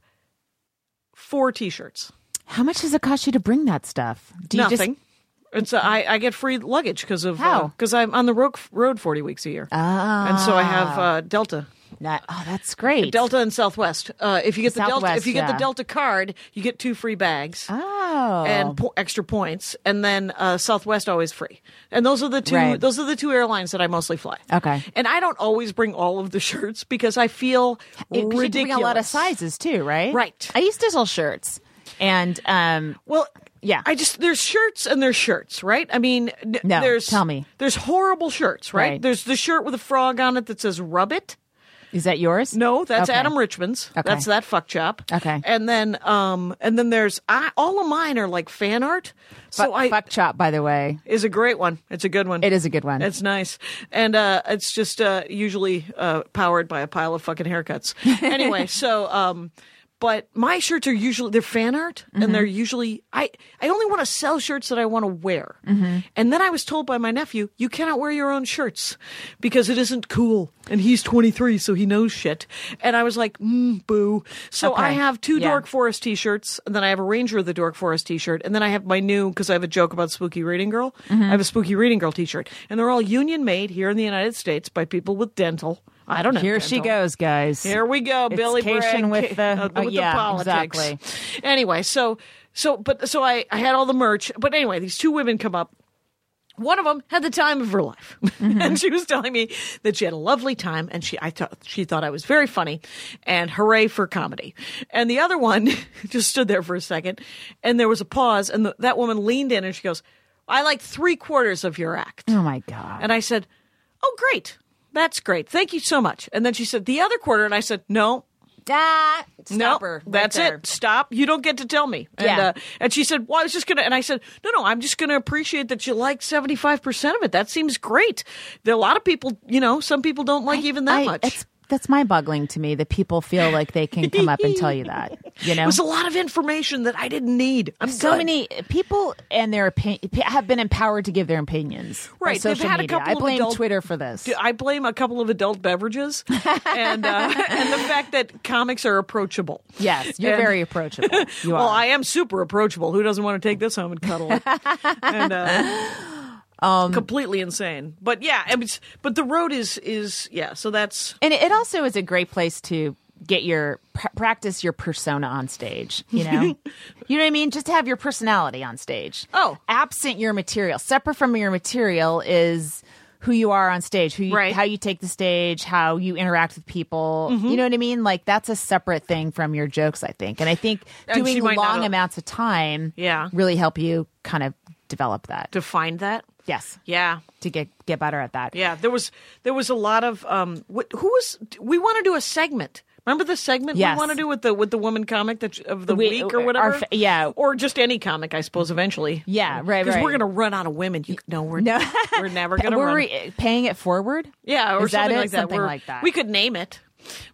Speaker 4: four t shirts.
Speaker 3: How much does it cost you to bring that stuff? Do you
Speaker 4: Nothing.
Speaker 3: Just,
Speaker 4: and so I, I get free luggage because of
Speaker 3: How?
Speaker 4: because I'm on the road road forty weeks a year, and so I have
Speaker 3: Oh.
Speaker 4: uh, Delta,
Speaker 3: not, oh, that's great.
Speaker 4: Delta and Southwest. Uh, if you get the Delta,
Speaker 3: Southwest,
Speaker 4: if you get the
Speaker 3: yeah.
Speaker 4: Delta card, you get two free bags
Speaker 3: Oh,
Speaker 4: and po- extra points, and then uh, Southwest always free. And those are the two.
Speaker 3: Right.
Speaker 4: Those are the two airlines that I mostly fly.
Speaker 3: Okay.
Speaker 4: and I don't always bring all of the shirts because I feel
Speaker 3: It- 'cause you
Speaker 4: ridiculous.
Speaker 3: can bring a lot of sizes too, right?
Speaker 4: Right.
Speaker 3: I used digital shirts, and um,
Speaker 4: Well,
Speaker 3: Yeah.
Speaker 4: I just there's shirts and there's shirts, right? I mean, n-
Speaker 3: No,
Speaker 4: there's
Speaker 3: tell me.
Speaker 4: there's horrible shirts, right?
Speaker 3: Right.
Speaker 4: There's the shirt with a frog on it that says "Rub it."
Speaker 3: is that yours?
Speaker 4: No, that's
Speaker 3: Okay.
Speaker 4: Adam Richman's.
Speaker 3: Okay.
Speaker 4: That's that fuck chop.
Speaker 3: Okay.
Speaker 4: and then um and then there's I, all of mine are like fan art. So
Speaker 3: Fuck-
Speaker 4: I
Speaker 3: fuck chop. By the way,
Speaker 4: is a great one. It's a good one.
Speaker 3: it is a good one.
Speaker 4: It's nice, and uh, it's just uh, usually uh, powered by a pile of fucking haircuts. Anyway, so um, but my shirts are usually they're fan art,
Speaker 3: Mm-hmm.
Speaker 4: and they're usually I I only want to sell shirts that I want to wear.
Speaker 3: Mm-hmm.
Speaker 4: And then I was told by my nephew, you cannot wear your own shirts because it isn't cool. And he's 23, so he knows shit. And I was like, mm, boo. So I
Speaker 3: Okay.
Speaker 4: have two
Speaker 3: Yeah.
Speaker 4: Dork Forest t-shirts, and then I have a Ranger of the Dork Forest t-shirt, and then I have my new because I have a joke about Spooky Reading Girl.
Speaker 3: Mm-hmm.
Speaker 4: I have a Spooky Reading Girl t-shirt, and they're all union made here in the United States by people with dental. I don't know.
Speaker 3: Here she goes, guys.
Speaker 4: Here we go,
Speaker 3: It's
Speaker 4: Billy
Speaker 3: cation
Speaker 4: Bragg
Speaker 3: with the-
Speaker 4: uh, with
Speaker 3: oh, yeah,
Speaker 4: politics.
Speaker 3: exactly.
Speaker 4: Anyway, so so but so I I had all the merch, but anyway, these two women come up one of them had the time of her life,
Speaker 3: Mm-hmm.
Speaker 4: and she was telling me that she had a lovely time, and she I thought she thought I was very funny, and hooray for comedy. And the other one just stood there for a second, and there was a pause, and the, that woman leaned in and she goes, "I like three quarters of your act."
Speaker 3: Oh my god.
Speaker 4: And I said, "Oh, great, that's great, thank you so much." And then she said, "The other quarter," and I said, "No,
Speaker 3: Ah,
Speaker 4: no,
Speaker 3: stopper right
Speaker 4: that's
Speaker 3: there.
Speaker 4: it. Stop. You don't get to tell me. And,
Speaker 3: Yeah.
Speaker 4: uh, and she said, "Well, I was just gonna." And I said, "No, no, I'm just gonna appreciate that you like 75 percent of it. That seems great. There are a lot of people, you know, some people don't like even that
Speaker 3: I-
Speaker 4: much.
Speaker 3: It's, that's mind boggling to me that people feel like they can come up and tell you that. You
Speaker 4: it
Speaker 3: know,
Speaker 4: was a lot of information that I didn't need. I'm
Speaker 3: so
Speaker 4: good.
Speaker 3: many people and their opinion have been empowered to give their opinions. by
Speaker 4: Right, they've
Speaker 3: social
Speaker 4: had a
Speaker 3: media.
Speaker 4: couple
Speaker 3: I
Speaker 4: of
Speaker 3: blame
Speaker 4: adult-
Speaker 3: Twitter for this.
Speaker 4: I blame a couple of adult beverages and uh, and the fact that comics are approachable.
Speaker 3: yes, you're
Speaker 4: And-
Speaker 3: very approachable. You
Speaker 4: well,
Speaker 3: are.
Speaker 4: I am super approachable. Who doesn't want to take this home and cuddle it? and uh,
Speaker 3: Um,
Speaker 4: completely insane. But yeah, and it's, but the road is is yeah. So that's
Speaker 3: and it also is a great place to get your pr- practice your persona on stage you know you know what i mean just to have your personality on stage
Speaker 4: Oh.
Speaker 3: absent your material separate from your material is who you are on stage who you,
Speaker 4: Right. Mm-hmm.
Speaker 3: how you take the stage how you interact with people you know what i mean like that's a separate thing from your jokes i think and i think
Speaker 4: And she
Speaker 3: doing
Speaker 4: might not
Speaker 3: long
Speaker 4: have-
Speaker 3: amounts of time
Speaker 4: Yeah.
Speaker 3: really help you kind of develop that
Speaker 4: to find that.
Speaker 3: yes
Speaker 4: Yeah,
Speaker 3: to get get better at that
Speaker 4: yeah. There was there was a lot of um. Wh- who was we want to do a segment. Remember the segment
Speaker 3: Yes.
Speaker 4: we want to do with the with the woman comic that of the
Speaker 3: We- uh,
Speaker 4: week or
Speaker 3: our
Speaker 4: whatever?
Speaker 3: fa- yeah.
Speaker 4: or just any comic, I suppose. Eventually,
Speaker 3: Yeah, right,
Speaker 4: Because we're
Speaker 3: right.
Speaker 4: gonna run out of women. You, no, we're
Speaker 3: No.
Speaker 4: we're never gonna
Speaker 3: We're
Speaker 4: run.
Speaker 3: re- paying it forward
Speaker 4: Yeah, or
Speaker 3: Is that
Speaker 4: something
Speaker 3: it?
Speaker 4: like that.
Speaker 3: Something
Speaker 4: We're-
Speaker 3: like that.
Speaker 4: We could name it.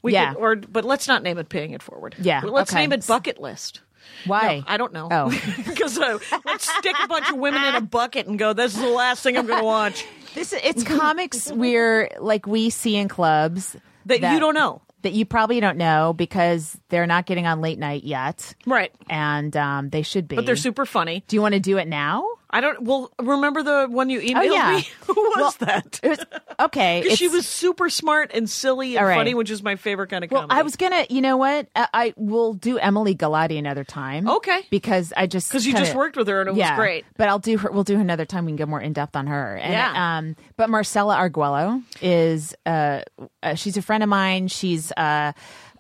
Speaker 4: We
Speaker 3: Yeah.
Speaker 4: Could, or but let's not name it paying it forward.
Speaker 3: Yeah,
Speaker 4: Well, let's
Speaker 3: okay.
Speaker 4: name it bucket list.
Speaker 3: Why?
Speaker 4: No, I don't know.
Speaker 3: Oh.
Speaker 4: because uh, let's stick a bunch of women in a bucket and go. This is the last thing I'm going to watch
Speaker 3: This it's comics we're like we see in clubs
Speaker 4: that, you don't know.
Speaker 3: that you probably don't know because they're not getting on late night yet,
Speaker 4: Right.
Speaker 3: and um, they should be.
Speaker 4: But they're super funny.
Speaker 3: Do you want to do it now?
Speaker 4: I don't. Well, remember the one you emailed
Speaker 3: Oh yeah.
Speaker 4: me? Who was
Speaker 3: Well,
Speaker 4: that?
Speaker 3: It was okay.
Speaker 4: Because she
Speaker 3: it's-
Speaker 4: was super smart and silly and
Speaker 3: All right.
Speaker 4: funny, which is my favorite kind of
Speaker 3: Well,
Speaker 4: comedy.
Speaker 3: I was gonna. You know what? I, I will do Emily Galati another time.
Speaker 4: Okay.
Speaker 3: Because I just
Speaker 4: because you
Speaker 3: kinda-
Speaker 4: just worked with her and it
Speaker 3: yeah,
Speaker 4: was great.
Speaker 3: But I'll do her. We'll do her another time. We can go more in depth on her. And,
Speaker 4: Yeah.
Speaker 3: Um, but Marcella Arguello is uh, uh, she's a friend of mine. She's uh,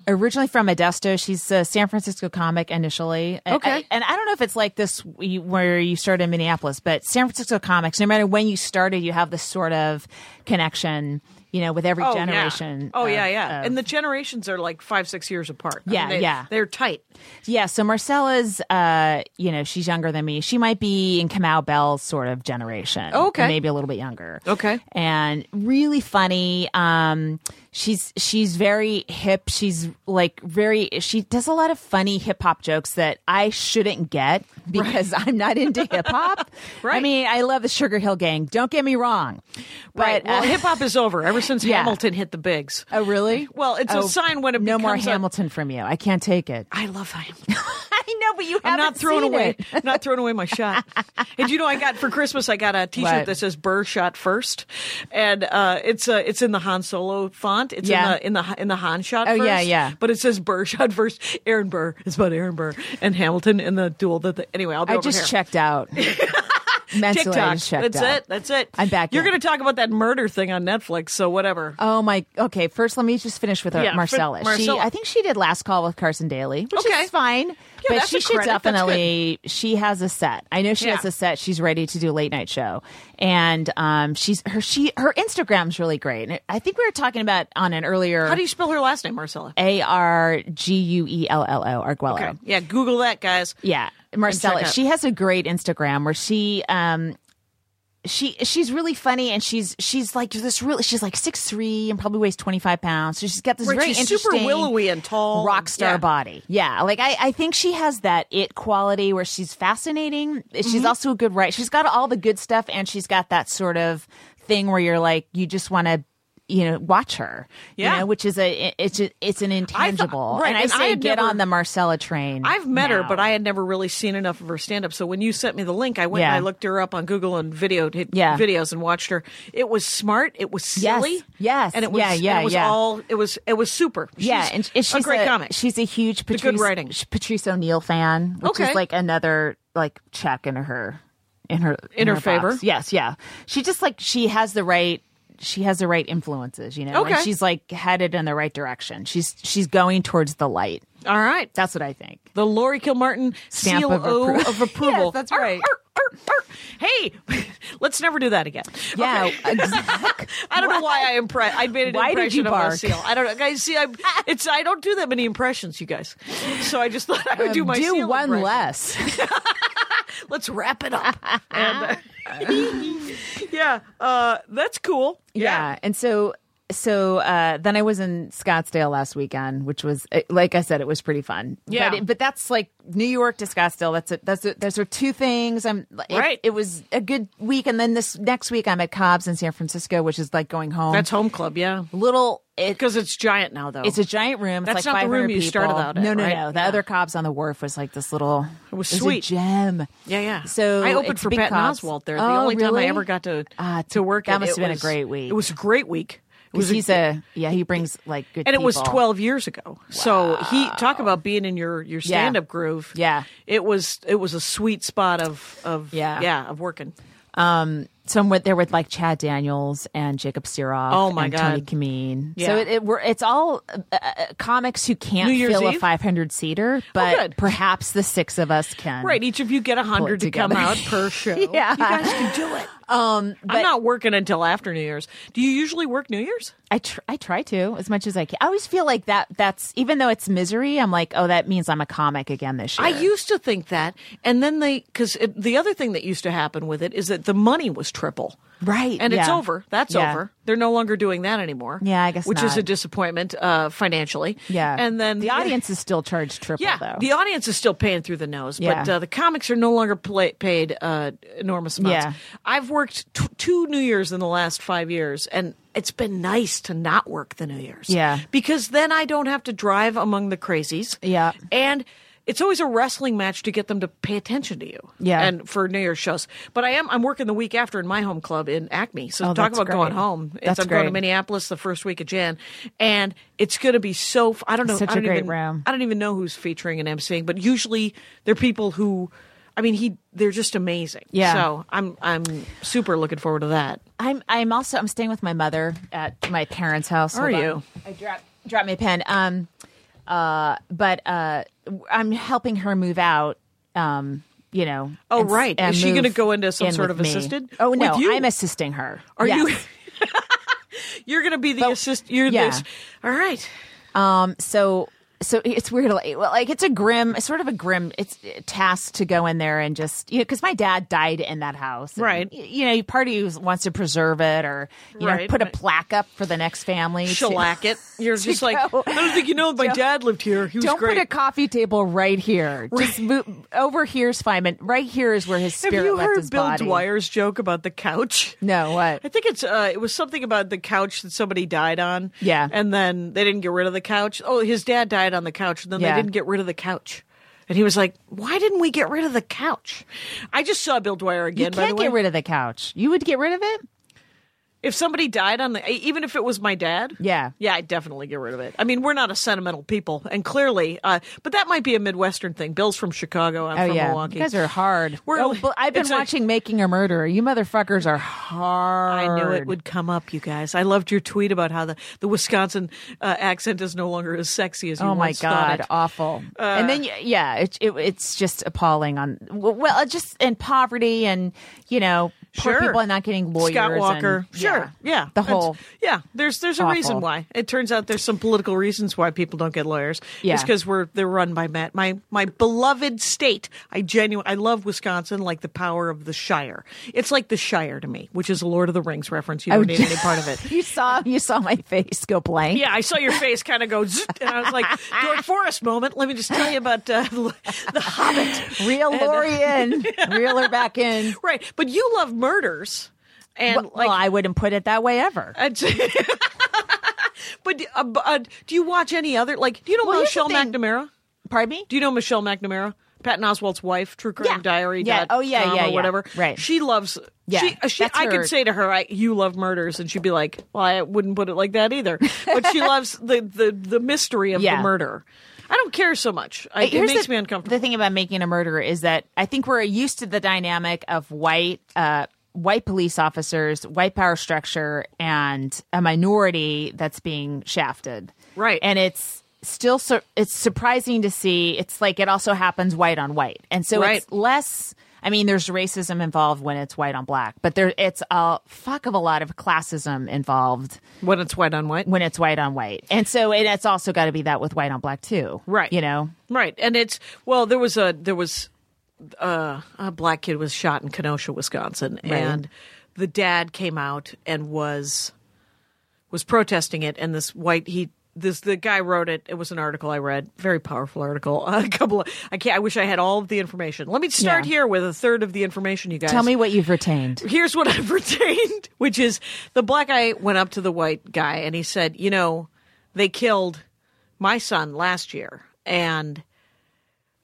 Speaker 3: originally from Modesto. She's a San Francisco comic initially. And-
Speaker 4: Okay.
Speaker 3: and I don't know if it's like this you- where you started in Minneapolis, but San Francisco comics, no matter when you started, you have this sort of connection, you know, with every
Speaker 4: Oh,
Speaker 3: generation.
Speaker 4: Yeah. Oh
Speaker 3: of-
Speaker 4: yeah, yeah.
Speaker 3: of-
Speaker 4: and the generations are like five, six years apart. I
Speaker 3: Yeah,
Speaker 4: mean, they,
Speaker 3: yeah.
Speaker 4: They're tight.
Speaker 3: yeah. So Marcella's, uh, you know, she's younger than me. She might be in Kamau Bell's sort of generation.
Speaker 4: Oh, okay.
Speaker 3: Maybe a little bit younger.
Speaker 4: Okay.
Speaker 3: and really funny. Um, she's she's very hip. She's like very. She does a lot of funny hip hop jokes that I shouldn't get because I'm not into hip hop. I
Speaker 4: Right.
Speaker 3: mean, I love the Sugar Hill Gang. Don't get me wrong, but
Speaker 4: right. Well,
Speaker 3: uh,
Speaker 4: hip hop is over ever since
Speaker 3: Yeah.
Speaker 4: Hamilton hit the bigs.
Speaker 3: oh really?
Speaker 4: Well, it's a
Speaker 3: Oh,
Speaker 4: sign when it
Speaker 3: no more
Speaker 4: becomes a-
Speaker 3: Hamilton from you. I can't take it.
Speaker 4: I love Hamilton.
Speaker 3: I know, but you
Speaker 4: I'm
Speaker 3: haven't
Speaker 4: not throwing
Speaker 3: seen
Speaker 4: away.
Speaker 3: it.
Speaker 4: I'm not throwing away my shot. And you know, I got for Christmas, I got a T-shirt
Speaker 3: What?
Speaker 4: that says "Burr shot first. and uh, it's uh, it's in the Han Solo font. It's
Speaker 3: Yeah.
Speaker 4: in the in the in the Han shot.
Speaker 3: Oh,
Speaker 4: first,
Speaker 3: yeah, yeah.
Speaker 4: But it says "Burr shot first. Aaron Burr. It's about Aaron Burr and Hamilton in the duel. That the, anyway, I'll be
Speaker 3: I
Speaker 4: over
Speaker 3: just
Speaker 4: here.
Speaker 3: checked out. Mentally, I
Speaker 4: TikTok.
Speaker 3: just checked
Speaker 4: That's
Speaker 3: out.
Speaker 4: it. That's it.
Speaker 3: I'm back
Speaker 4: You're
Speaker 3: in.
Speaker 4: going to talk about that murder thing on Netflix, so whatever.
Speaker 3: Oh my. Okay, first let me just finish with her,
Speaker 4: Yeah, fin-
Speaker 3: Marcella.
Speaker 4: Marcella.
Speaker 3: She, I think she did last call with Carson Daly, which
Speaker 4: Okay.
Speaker 3: is fine. but
Speaker 4: that's
Speaker 3: she
Speaker 4: a
Speaker 3: should
Speaker 4: credit. That's
Speaker 3: definitely. She has a set. I know she
Speaker 4: Yeah.
Speaker 3: has a set. She's ready to do a late night show, and um, she's her she her Instagram's really great. And I think we were talking about on an earlier.
Speaker 4: How do you spell her last name, Marcella?
Speaker 3: A R G U E L L O Arguello.
Speaker 4: Okay. Yeah, Google that, guys.
Speaker 3: Yeah, Marcella.
Speaker 4: out-
Speaker 3: She has a great Instagram where she um she she's really funny and she's she's like this really she's like six three and probably weighs twenty five pounds. So she's got this
Speaker 4: Right,
Speaker 3: very
Speaker 4: she's super
Speaker 3: interesting
Speaker 4: willowy and tall.
Speaker 3: rock star
Speaker 4: Yeah.
Speaker 3: body. Yeah, like I I think she has that it quality where she's fascinating. She's
Speaker 4: Mm-hmm.
Speaker 3: also a good writer. She's got all the good stuff and she's got that sort of thing where you're like you just want to. You know, watch her.
Speaker 4: Yeah.
Speaker 3: you know, which is a it's a, it's an intangible,
Speaker 4: right,
Speaker 3: and I
Speaker 4: and I
Speaker 3: say
Speaker 4: had
Speaker 3: get
Speaker 4: never-
Speaker 3: on the Marcella train.
Speaker 4: I've met her,
Speaker 3: now.
Speaker 4: but I had never really seen enough of her stand up. So when you sent me the link, I went
Speaker 3: Yeah.
Speaker 4: and I looked her up on Google and videoed hit
Speaker 3: Yeah.
Speaker 4: videos and watched her. It was smart, it was
Speaker 3: Yes,
Speaker 4: silly.
Speaker 3: yes,
Speaker 4: And it was
Speaker 3: yeah, yeah,
Speaker 4: and it was
Speaker 3: yeah.
Speaker 4: all it was it was super.
Speaker 3: yeah,
Speaker 4: She's
Speaker 3: and, and she's
Speaker 4: a great comic.
Speaker 3: She's a huge
Speaker 4: good
Speaker 3: Patrice,
Speaker 4: writing.
Speaker 3: sh- Patrice O'Neill fan, which
Speaker 4: Okay.
Speaker 3: is like another like check in her in her
Speaker 4: In her favor?
Speaker 3: box. Yes, yeah. She just like she has the right she has the right influences, you know. and
Speaker 4: Okay.
Speaker 3: she's like headed in the right direction. She's she's going towards the light.
Speaker 4: all right.
Speaker 3: That's what I think.
Speaker 4: The Lori Kilmartin
Speaker 3: Stamp
Speaker 4: seal
Speaker 3: of
Speaker 4: O
Speaker 3: appro-
Speaker 4: of approval.
Speaker 3: Yes, that's
Speaker 4: Arr,
Speaker 3: right.
Speaker 4: arr, arr, arr. Hey, let's never do that again.
Speaker 3: Yeah,
Speaker 4: Okay.
Speaker 3: exact-
Speaker 4: I don't know why I impre- I made an
Speaker 3: Why did
Speaker 4: impression
Speaker 3: you
Speaker 4: of a
Speaker 3: bark?
Speaker 4: seal. I don't know. Guys, see, I'm, it's I don't do that many impressions, you guys. So I just thought I would do my
Speaker 3: Um, do
Speaker 4: seal
Speaker 3: one
Speaker 4: impression.
Speaker 3: less.
Speaker 4: Let's wrap it up. And, uh, yeah, uh, that's cool.
Speaker 3: yeah, and so so uh, then I was in Scottsdale last weekend, which was uh, like I said, it was pretty fun.
Speaker 4: Yeah.
Speaker 3: but, it- but that's like New York to Scottsdale. That's it. That's it. Those are two things. I'm it,
Speaker 4: Right.
Speaker 3: It was a good week, and then this next week I'm at Cobb's in San Francisco, which is like going home.
Speaker 4: That's home club, yeah.
Speaker 3: little. It,
Speaker 4: Because it's giant now, though.
Speaker 3: it's a giant room. It's
Speaker 4: That's
Speaker 3: like
Speaker 4: not the
Speaker 3: 500
Speaker 4: room you
Speaker 3: people.
Speaker 4: started out at,
Speaker 3: No, no,
Speaker 4: right?
Speaker 3: no. The
Speaker 4: Yeah.
Speaker 3: other Cobb's on the wharf was like this little. It
Speaker 4: was
Speaker 3: a
Speaker 4: sweet.
Speaker 3: gem.
Speaker 4: Yeah, yeah.
Speaker 3: So
Speaker 4: I opened
Speaker 3: it's
Speaker 4: for
Speaker 3: big
Speaker 4: Patton
Speaker 3: Cobb's.
Speaker 4: Oswalt there. The
Speaker 3: Oh,
Speaker 4: only time I
Speaker 3: really?
Speaker 4: ever got to
Speaker 3: Ah,
Speaker 4: to work.
Speaker 3: That
Speaker 4: it,
Speaker 3: must
Speaker 4: it
Speaker 3: have been
Speaker 4: was-
Speaker 3: a great week.
Speaker 4: It was a great week. It was
Speaker 3: he's a yeah. He brings like good.
Speaker 4: and it was
Speaker 3: people.
Speaker 4: 12 years ago. So he talk about being in your your
Speaker 3: Yeah.
Speaker 4: stand up groove.
Speaker 3: Yeah.
Speaker 4: it was it was a sweet spot of of yeah,
Speaker 3: Yeah.
Speaker 4: of working.
Speaker 3: Um, so I'm with, there with like Chad Daniels and Jacob Siroff.
Speaker 4: Oh, my
Speaker 3: and Tony
Speaker 4: God.
Speaker 3: Kameen.
Speaker 4: Yeah.
Speaker 3: So it, it we're, it's all uh, uh, comics who can't
Speaker 4: New Year's
Speaker 3: fill
Speaker 4: Eve? Oh,
Speaker 3: a 500 seater, but
Speaker 4: good.
Speaker 3: perhaps the six of us can.
Speaker 4: Right, each of you get a hundred to come
Speaker 3: together.
Speaker 4: out per show.
Speaker 3: Yeah.
Speaker 4: you guys can do it.
Speaker 3: Um,
Speaker 4: I'm
Speaker 3: but
Speaker 4: not working until after New Year's. Do you usually work New Year's?
Speaker 3: I tr- I try to as much as I can. I always feel like that. That's even though it's misery. I'm like, oh, that means I'm a comic again this year.
Speaker 4: I used to think that, and then they because the other thing that used to happen with it is that the money was triple.
Speaker 3: Right,
Speaker 4: and it's
Speaker 3: yeah.
Speaker 4: over. That's
Speaker 3: Yeah.
Speaker 4: over. They're no longer doing that anymore.
Speaker 3: Yeah, I guess
Speaker 4: which is
Speaker 3: not.
Speaker 4: a disappointment uh, financially.
Speaker 3: yeah.
Speaker 4: and then
Speaker 3: the audience is still charged triple
Speaker 4: Yeah,
Speaker 3: though.
Speaker 4: the audience is still paying through the nose, but
Speaker 3: Yeah.
Speaker 4: uh, the comics are no longer pla paid uh, enormous amounts.
Speaker 3: Yeah.
Speaker 4: I've worked t- two New Years in the last five years, and it's been nice to not work the New Years.
Speaker 3: Yeah.
Speaker 4: because then I don't have to drive among the crazies.
Speaker 3: Yeah.
Speaker 4: and. It's always a wrestling match to get them to pay attention to you.
Speaker 3: Yeah.
Speaker 4: And for New Year's shows. But I am I'm working the week after in my home club in Acme. So
Speaker 3: Oh,
Speaker 4: talk
Speaker 3: that's
Speaker 4: about going
Speaker 3: great.
Speaker 4: home. It's
Speaker 3: That's
Speaker 4: I'm going to
Speaker 3: great.
Speaker 4: Minneapolis the first week of Jan. And it's gonna be so f- I don't know.
Speaker 3: Such
Speaker 4: I
Speaker 3: a
Speaker 4: don't
Speaker 3: great
Speaker 4: even-
Speaker 3: room.
Speaker 4: I don't even know who's featuring and emceeing, but usually they're people who, I mean, he they're just amazing.
Speaker 3: Yeah.
Speaker 4: So I'm I'm super looking forward to that.
Speaker 3: I'm I'm also I'm staying with my mother at my parents' house.
Speaker 4: Are
Speaker 3: Hold on.
Speaker 4: you?
Speaker 3: I dropped dropped my pen. Um, Uh, but uh, I'm helping her move out. Um, you know.
Speaker 4: Oh,
Speaker 3: and s-
Speaker 4: right.
Speaker 3: and
Speaker 4: Is she
Speaker 3: move
Speaker 4: gonna go into some
Speaker 3: in
Speaker 4: sort
Speaker 3: with
Speaker 4: of
Speaker 3: me.
Speaker 4: assisted?
Speaker 3: Oh
Speaker 4: With
Speaker 3: no,
Speaker 4: you?
Speaker 3: I'm assisting her.
Speaker 4: Are you?
Speaker 3: Yes.
Speaker 4: you're going to be the
Speaker 3: But-
Speaker 4: assist. You're
Speaker 3: yeah.
Speaker 4: this. All right.
Speaker 3: Um, so so it's weird. Like, well, like it's a grim, it's sort of a grim. It's uh, task to go in there and just you know because my dad died in that house. and,
Speaker 4: Right.
Speaker 3: y- You know, part of you wants to preserve it or you know
Speaker 4: Right,
Speaker 3: put a
Speaker 4: right.
Speaker 3: plaque up for the next family. to-
Speaker 4: Shellac it. You're just like,
Speaker 3: go.
Speaker 4: I don't think you know, my dad lived here. He was
Speaker 3: Don't
Speaker 4: great.
Speaker 3: put a coffee table right here. Just move, over here's fine, but right here is where his
Speaker 4: Have
Speaker 3: spirit
Speaker 4: you
Speaker 3: left
Speaker 4: heard
Speaker 3: his
Speaker 4: Bill
Speaker 3: body.
Speaker 4: Dwyer's joke about the couch?
Speaker 3: No, what?
Speaker 4: I think it's uh, it was something about the couch that somebody died on.
Speaker 3: Yeah.
Speaker 4: and then they didn't get rid of the couch. Oh, his dad died on the couch, and then
Speaker 3: Yeah.
Speaker 4: they didn't get rid of the couch. And he was like, "Why didn't we get rid of the couch?" I just saw Bill Dwyer again.
Speaker 3: You
Speaker 4: by the
Speaker 3: can't
Speaker 4: way,
Speaker 3: get rid of the couch. You would get rid of it?
Speaker 4: if somebody died on the, e, even if it was my dad.
Speaker 3: Yeah.
Speaker 4: yeah, I'd definitely get rid of it. I mean, we're not a sentimental people, and clearly, uh, but that might be a Midwestern thing. Bill's from Chicago. I'm
Speaker 3: Oh
Speaker 4: from
Speaker 3: yeah,
Speaker 4: Milwaukee.
Speaker 3: you guys are hard.
Speaker 4: We're-
Speaker 3: oh, but I've been
Speaker 4: it's a-
Speaker 3: watching Making a Murderer. You motherfuckers are hard.
Speaker 4: I knew it would come up, you guys. I loved your tweet about how the, the Wisconsin uh, accent is no longer as sexy as you
Speaker 3: Oh my
Speaker 4: once thought
Speaker 3: god,
Speaker 4: it.
Speaker 3: awful. and then y- yeah, it, it, it's just appalling. On well, well, uh, just and poverty and you know poor
Speaker 4: Sure.
Speaker 3: people are not getting lawyers.
Speaker 4: Scott
Speaker 3: and-
Speaker 4: Walker, sure,
Speaker 3: yeah,
Speaker 4: yeah,
Speaker 3: the
Speaker 4: That's-
Speaker 3: whole.
Speaker 4: yeah. There's there's a
Speaker 3: Awful.
Speaker 4: reason why. It turns out there's some political reasons why people don't get lawyers.
Speaker 3: Yeah.
Speaker 4: it's because we're they're run by Matt, my my beloved state. I genuine I love Wisconsin like the power of the Shire. It's like the Shire to me, which is a Lord of the Rings reference. You don't need any part of it.
Speaker 3: You saw you saw my face go blank.
Speaker 4: Yeah, I saw your face kind of go, zzz, and I was like, George Forrest moment. Let me just tell you about uh, the Hobbit.
Speaker 3: Reel Lori in, reel her back in.
Speaker 4: Right, but you love murders, and
Speaker 3: Well,
Speaker 4: like,
Speaker 3: I wouldn't put it that way ever.
Speaker 4: but uh, b- uh, do you watch any other? Like, do you know
Speaker 3: Well, here's the
Speaker 4: Michelle
Speaker 3: thing.
Speaker 4: McNamara?
Speaker 3: Pardon me.
Speaker 4: Do you know Michelle McNamara? Patton Oswalt's wife, True Crime
Speaker 3: Yeah.
Speaker 4: Diary.
Speaker 3: Yeah.
Speaker 4: dot
Speaker 3: Oh, yeah,
Speaker 4: com
Speaker 3: yeah,
Speaker 4: or
Speaker 3: yeah.
Speaker 4: whatever.
Speaker 3: Right.
Speaker 4: She loves.
Speaker 3: Yeah,
Speaker 4: she, uh, she,
Speaker 3: that's
Speaker 4: I
Speaker 3: her-
Speaker 4: could say to her, I, "You love murders," and she'd be like, "Well, I wouldn't put it like that either." But she loves the the the mystery of
Speaker 3: Yeah.
Speaker 4: the murder. I don't care so much. I, it
Speaker 3: Here's
Speaker 4: makes
Speaker 3: the,
Speaker 4: me uncomfortable.
Speaker 3: The thing about making a murderer is that I think we're used to the dynamic of white uh, white police officers, white power structure, and a minority that's being shafted.
Speaker 4: Right.
Speaker 3: and it's still sur- it's surprising to see. It's like it also happens white on white, and so it's
Speaker 4: Right.
Speaker 3: less. I mean, there's racism involved when it's white on black, but there it's a fuck of a lot of classism involved
Speaker 4: when it's white on white.
Speaker 3: when it's white on white, and so and it's also got to be that with white on black too,
Speaker 4: Right.
Speaker 3: You know,
Speaker 4: Right. And it's well, there was a there was uh, a black kid was shot in Kenosha, Wisconsin, and the dad came out and was was protesting it and this white he this the guy wrote it. It was an article I read, very powerful article. A couple of I can't I wish I had all of the information. Let me start
Speaker 3: Yeah.
Speaker 4: here with a third of the information you guys
Speaker 3: Tell me what you've retained.
Speaker 4: here's what I've retained, which is the black guy went up to the white guy and he said, You know, they killed my son last year, and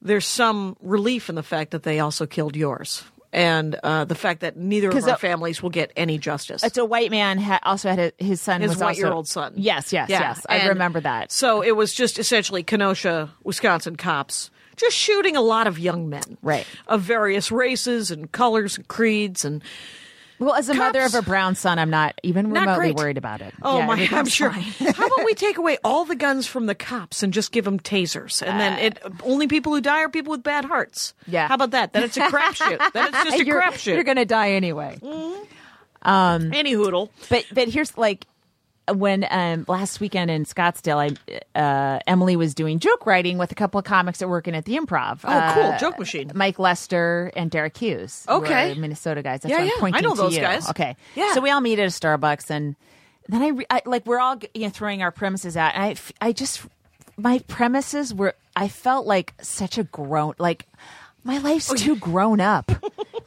Speaker 4: there's some relief in the fact that they also killed yours. And uh, the fact that neither of
Speaker 3: 'Cause,
Speaker 4: our
Speaker 3: uh,
Speaker 4: families will get any justice.
Speaker 3: It's a white man ha- also had a, his son
Speaker 4: His
Speaker 3: was
Speaker 4: white year
Speaker 3: also-
Speaker 4: old son.
Speaker 3: Yes, yes,
Speaker 4: Yeah.
Speaker 3: yes. I
Speaker 4: And
Speaker 3: remember that.
Speaker 4: So it was just essentially Kenosha, Wisconsin cops just shooting a lot of young men,
Speaker 3: Right.
Speaker 4: of various races and colors and creeds and
Speaker 3: Well, as a mother of
Speaker 4: Cops-
Speaker 3: a brown son, I'm not even
Speaker 4: Not
Speaker 3: remotely
Speaker 4: great.
Speaker 3: worried about it.
Speaker 4: Oh
Speaker 3: Yeah,
Speaker 4: my! I'm
Speaker 3: everything's
Speaker 4: sure.
Speaker 3: fine.
Speaker 4: How about we take away all the guns from the cops and just give them tasers, and then it only people who die are people with bad hearts.
Speaker 3: Uh, Yeah.
Speaker 4: How about that? Then it's a crapshoot. then it's just a
Speaker 3: you're,
Speaker 4: crapshoot.
Speaker 3: You're going to die anyway.
Speaker 4: Any hoodle.
Speaker 3: But but here's like when um, last weekend in Scottsdale, I uh, Emily was doing joke writing with a couple of comics that were working at the Improv.
Speaker 4: Oh, cool.
Speaker 3: Uh,
Speaker 4: Joke machine.
Speaker 3: Mike Lester and Derek Hughes.
Speaker 4: Okay.
Speaker 3: were Minnesota guys. That's
Speaker 4: Yeah,
Speaker 3: why I'm
Speaker 4: yeah. I
Speaker 3: pointing
Speaker 4: know
Speaker 3: to
Speaker 4: those
Speaker 3: you.
Speaker 4: guys.
Speaker 3: Okay.
Speaker 4: Yeah.
Speaker 3: So we all meet at a Starbucks, and then I, re- I like we're all you know throwing our premises out, and I f- I just my premises were I felt like such a grown like. My life's too grown up.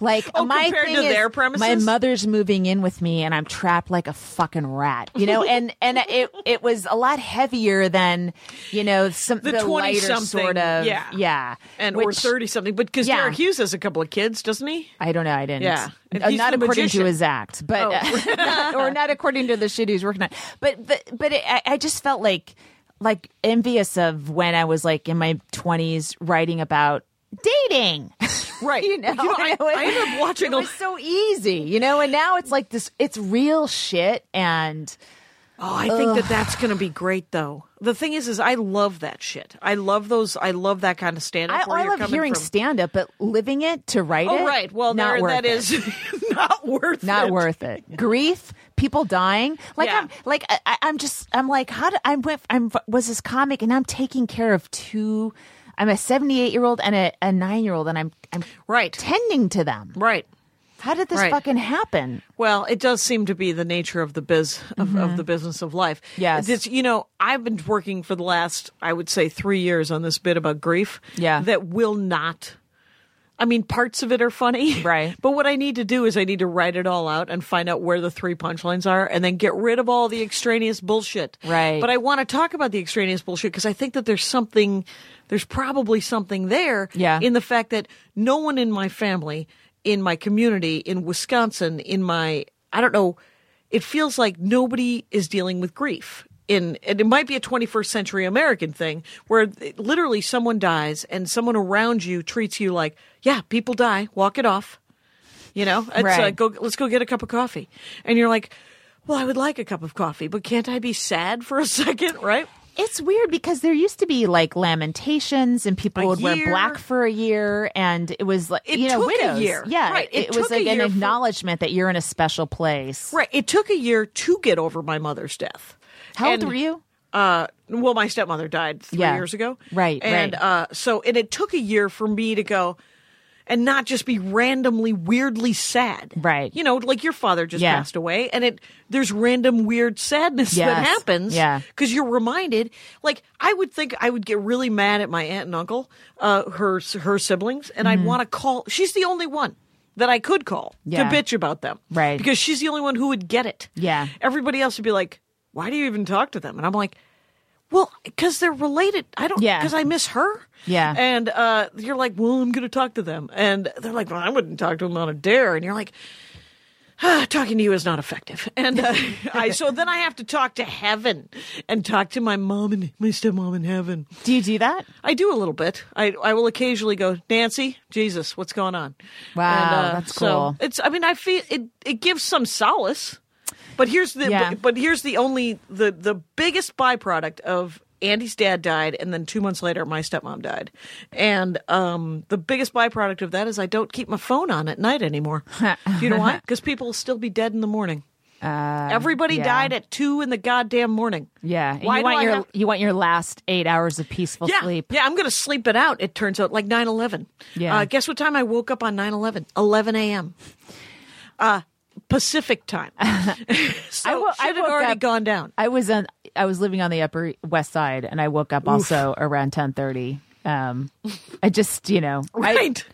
Speaker 3: Like my
Speaker 4: Oh, compared
Speaker 3: thing
Speaker 4: to
Speaker 3: is,
Speaker 4: their
Speaker 3: my
Speaker 4: premises?
Speaker 3: mother's moving in with me, and I'm trapped like a fucking rat. You know, and and it it was a lot heavier than you know some the,
Speaker 4: The
Speaker 3: lighter
Speaker 4: 20-something,
Speaker 3: sort of
Speaker 4: yeah.
Speaker 3: yeah
Speaker 4: And or
Speaker 3: which-
Speaker 4: thirty something, but because
Speaker 3: Yeah.
Speaker 4: Derek Hughes has a couple of kids, doesn't he?
Speaker 3: I don't know. I didn't.
Speaker 4: Yeah. And
Speaker 3: Uh,
Speaker 4: he's
Speaker 3: not
Speaker 4: the
Speaker 3: according to
Speaker 4: magician.
Speaker 3: his act, but
Speaker 4: Oh.
Speaker 3: not- or not according to the shit he's working on. But but but it, I, I just felt like like envious of when I was like in my twenties writing about dating.
Speaker 4: Right.
Speaker 3: you know,
Speaker 4: I,
Speaker 3: And it was-
Speaker 4: I ended up watching.
Speaker 3: Oh, It
Speaker 4: a-
Speaker 3: was so easy, you know, and now it's like this. It's real shit, and
Speaker 4: Oh, I think that that's going to be great, though. The thing is, is I love that shit. I love those. I love that kind of stand
Speaker 3: I,
Speaker 4: up.
Speaker 3: I love hearing stand up, but living it to write
Speaker 4: Oh,
Speaker 3: it.
Speaker 4: right. Well,
Speaker 3: not
Speaker 4: there,
Speaker 3: worth
Speaker 4: that
Speaker 3: it.
Speaker 4: is not worth.
Speaker 3: not
Speaker 4: it.
Speaker 3: worth it. Grief, people dying. Like
Speaker 4: Yeah.
Speaker 3: I'm, like I, I- I'm just, I'm like, how did I went? I'm was this comic, and I'm taking care of two. I'm a 78 year old and a, a nine year old, and I'm I'm
Speaker 4: Right.
Speaker 3: tending to them.
Speaker 4: Right.
Speaker 3: How did this
Speaker 4: Right.
Speaker 3: fucking happen?
Speaker 4: Well, it does seem to be the nature of the biz of, of the business of life.
Speaker 3: Mm-hmm. Yes.
Speaker 4: This, you know, I've been working for the last, I would say, three years on this bit about grief.
Speaker 3: Yeah.
Speaker 4: That will not. I mean, parts of it are funny.
Speaker 3: Right.
Speaker 4: But what I need to do is I need to write it all out and find out where the three punchlines are and then get rid of all the extraneous bullshit.
Speaker 3: Right.
Speaker 4: But I want to talk about the extraneous bullshit because I think that there's something, there's probably something there
Speaker 3: Yeah.
Speaker 4: in the fact that no one in my family, in my community, in Wisconsin, in my, I don't know, it feels like nobody is dealing with grief. In, and it might be a 21st century American thing where it- literally someone dies and someone around you treats you like, yeah, people die, walk it off. You know, it's
Speaker 3: Right.
Speaker 4: uh, go, let's go get a cup of coffee. And you're like, well, I would like a cup of coffee, but can't I be sad for a second, right?
Speaker 3: It's weird because there used to be like lamentations and people
Speaker 4: A
Speaker 3: would wear
Speaker 4: year.
Speaker 3: black for a year and it was like
Speaker 4: It
Speaker 3: you know
Speaker 4: took a
Speaker 3: widows.
Speaker 4: year.
Speaker 3: Yeah,
Speaker 4: Right.
Speaker 3: it,
Speaker 4: It
Speaker 3: was
Speaker 4: took a
Speaker 3: like an
Speaker 4: year for-
Speaker 3: acknowledgement that you're in a special place.
Speaker 4: Right. It took a year to get over my mother's death.
Speaker 3: How old
Speaker 4: And,
Speaker 3: were you?
Speaker 4: Uh, well, my stepmother died three
Speaker 3: Yeah.
Speaker 4: years ago.
Speaker 3: Right,
Speaker 4: And
Speaker 3: right.
Speaker 4: Uh, so, and it took a year for me to go and not just be randomly weirdly sad.
Speaker 3: Right.
Speaker 4: You know, like your father just
Speaker 3: Yeah.
Speaker 4: passed away, and it there's random weird sadness that
Speaker 3: Yes.
Speaker 4: happens.
Speaker 3: Yeah.
Speaker 4: Because you're reminded. Like I would think I would get really mad at my aunt and uncle, uh, her her siblings, and
Speaker 3: Mm-hmm.
Speaker 4: I'd want to call. She's the only one. That I could call
Speaker 3: Yeah.
Speaker 4: to bitch about them.
Speaker 3: Right.
Speaker 4: Because she's the only one who would get it.
Speaker 3: Yeah.
Speaker 4: Everybody else would be like, why do you even talk to them? And I'm like, well, because they're related. I don't,
Speaker 3: Yeah.
Speaker 4: because I miss her.
Speaker 3: Yeah.
Speaker 4: And uh, you're like, well, I'm going to talk to them. And they're like, well, I wouldn't talk to them on a dare. And you're like, ah, talking to you is not effective. And uh, I, so then I have to talk to heaven and talk to my mom and my stepmom in heaven.
Speaker 3: Do you do that?
Speaker 4: I do a little bit. I I will occasionally go, Nancy, Jesus, what's going on? uh,
Speaker 3: Wow, that's
Speaker 4: so
Speaker 3: cool.
Speaker 4: It's. I mean, I feel it. It gives some solace. But here's the.
Speaker 3: Yeah.
Speaker 4: But, but here's the only the the biggest byproduct of Andy's dad died, and then two months later, my stepmom died, and um the biggest byproduct of that is I don't keep my phone on at night anymore. do you know why? Because people will still be dead in the morning. Everybody
Speaker 3: Uh, yeah.
Speaker 4: died at two in the goddamn morning.
Speaker 3: Yeah, and
Speaker 4: Why
Speaker 3: you
Speaker 4: do
Speaker 3: want
Speaker 4: I
Speaker 3: your
Speaker 4: have-
Speaker 3: you want your last eight hours of peaceful
Speaker 4: yeah,
Speaker 3: sleep.
Speaker 4: Yeah, I'm going to sleep it out, it turns out, like 9 11.
Speaker 3: Yeah.
Speaker 4: Uh, guess what time I woke up on 9 11? 11 a.m. Uh, Pacific time. so
Speaker 3: I wo- I
Speaker 4: should have
Speaker 3: woke
Speaker 4: already
Speaker 3: up-
Speaker 4: gone down.
Speaker 3: I was on I was living on the Upper E-, West Side, and I woke up also around ten thirty. Um, I just you know I-
Speaker 4: Right.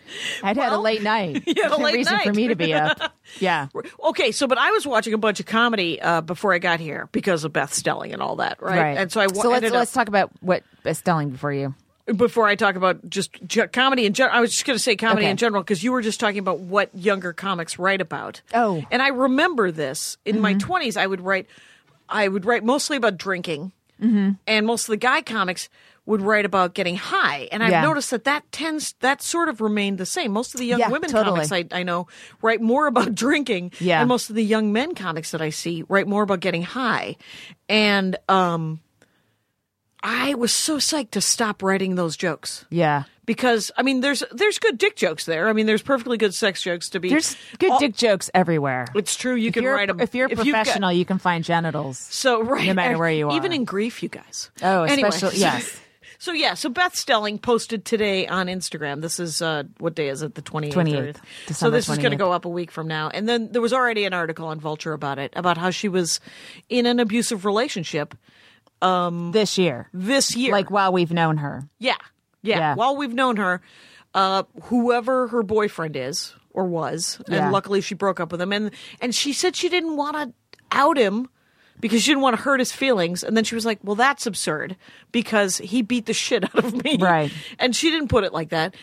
Speaker 3: I'd had a
Speaker 4: Well,
Speaker 3: late night.
Speaker 4: you had a
Speaker 3: There's no
Speaker 4: late
Speaker 3: reason for
Speaker 4: night.
Speaker 3: me to be up. Yeah,
Speaker 4: Okay, so but I was watching a bunch of comedy uh, before I got here because of Beth Stelling and all that, right?
Speaker 3: right.
Speaker 4: And so I wa-
Speaker 3: so let's
Speaker 4: ended up-
Speaker 3: let's talk about what is telling before you.
Speaker 4: before I talk about just ge- comedy in general, I was just going to say comedy
Speaker 3: Okay.
Speaker 4: in general because you were just talking about what younger comics write about.
Speaker 3: Oh. Mm-hmm.
Speaker 4: and I remember this in my twenties. I would write, I would write mostly about drinking, mm-hmm. and most of the guy comics would write about getting high. And I've
Speaker 3: Yeah.
Speaker 4: noticed that that tends that sort of remained the same. Most of the young
Speaker 3: Yeah,
Speaker 4: women
Speaker 3: totally.
Speaker 4: comics I, I know write more about drinking,
Speaker 3: Yeah.
Speaker 4: and most of the young men comics that I see write more about getting high, and um. I was so psyched to stop writing those jokes
Speaker 3: Yeah,
Speaker 4: because I mean, there's there's good dick jokes there. I mean, there's perfectly good sex jokes to be.
Speaker 3: there's good
Speaker 4: All-
Speaker 3: dick jokes everywhere.
Speaker 4: It's true. You
Speaker 3: if
Speaker 4: can
Speaker 3: you're,
Speaker 4: write them
Speaker 3: if you're a
Speaker 4: you've got-
Speaker 3: professional, you can find genitals.
Speaker 4: so right,
Speaker 3: no matter where you are.
Speaker 4: even in grief, you guys.
Speaker 3: Oh,
Speaker 4: Anyway,
Speaker 3: especially yes,
Speaker 4: So yeah, so Beth Stelling posted today on Instagram. This is uh, what day is it? The twenty
Speaker 3: 28th,
Speaker 4: eighth. So
Speaker 3: December
Speaker 4: this is going to
Speaker 3: 28th.
Speaker 4: go up a week from now. And then there was already an article on Vulture about it, about how she was in an abusive relationship
Speaker 3: this year,
Speaker 4: this year.
Speaker 3: like while we've known her.
Speaker 4: Yeah. Yeah.
Speaker 3: Yeah.
Speaker 4: While we've known her, uh, whoever her boyfriend is or was,
Speaker 3: Yeah.
Speaker 4: and luckily she broke up with him, and and she said she didn't want to out him because she didn't want to hurt his feelings, and then she was like, "Well, that's absurd because he beat the shit out of me."
Speaker 3: Right.
Speaker 4: And she didn't put it like that.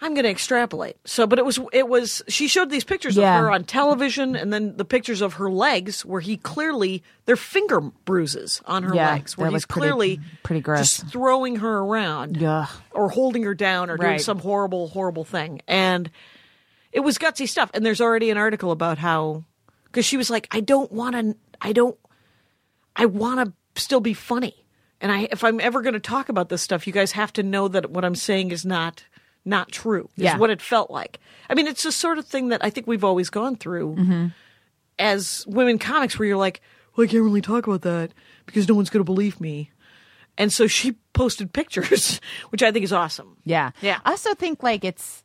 Speaker 4: I'm going to extrapolate. So, but it was it was she showed these pictures
Speaker 3: Yeah.
Speaker 4: of her on television, and then the pictures of her legs where he clearly they're finger bruises on her
Speaker 3: Yeah,
Speaker 4: legs where
Speaker 3: that
Speaker 4: he's
Speaker 3: was pretty-
Speaker 4: clearly
Speaker 3: pretty gross.
Speaker 4: just throwing her around
Speaker 3: Yeah.
Speaker 4: or holding her down or doing
Speaker 3: Right.
Speaker 4: some horrible, horrible thing. And it was gutsy stuff. And there's already an article about how because she was like, I don't want to, I don't, I want to still be funny. And I, if I'm ever going to talk about this stuff, you guys have to know that what I'm saying is not not true. Is
Speaker 3: Yeah.
Speaker 4: what it felt like. I mean, it's the sort of thing that I think we've always gone through
Speaker 3: Mm-hmm.
Speaker 4: as women comics, where you're like, "Well, I can't really talk about that because no one's going to believe me." And so she posted pictures, which I think is awesome.
Speaker 3: Yeah.
Speaker 4: Yeah.
Speaker 3: I also think like it's,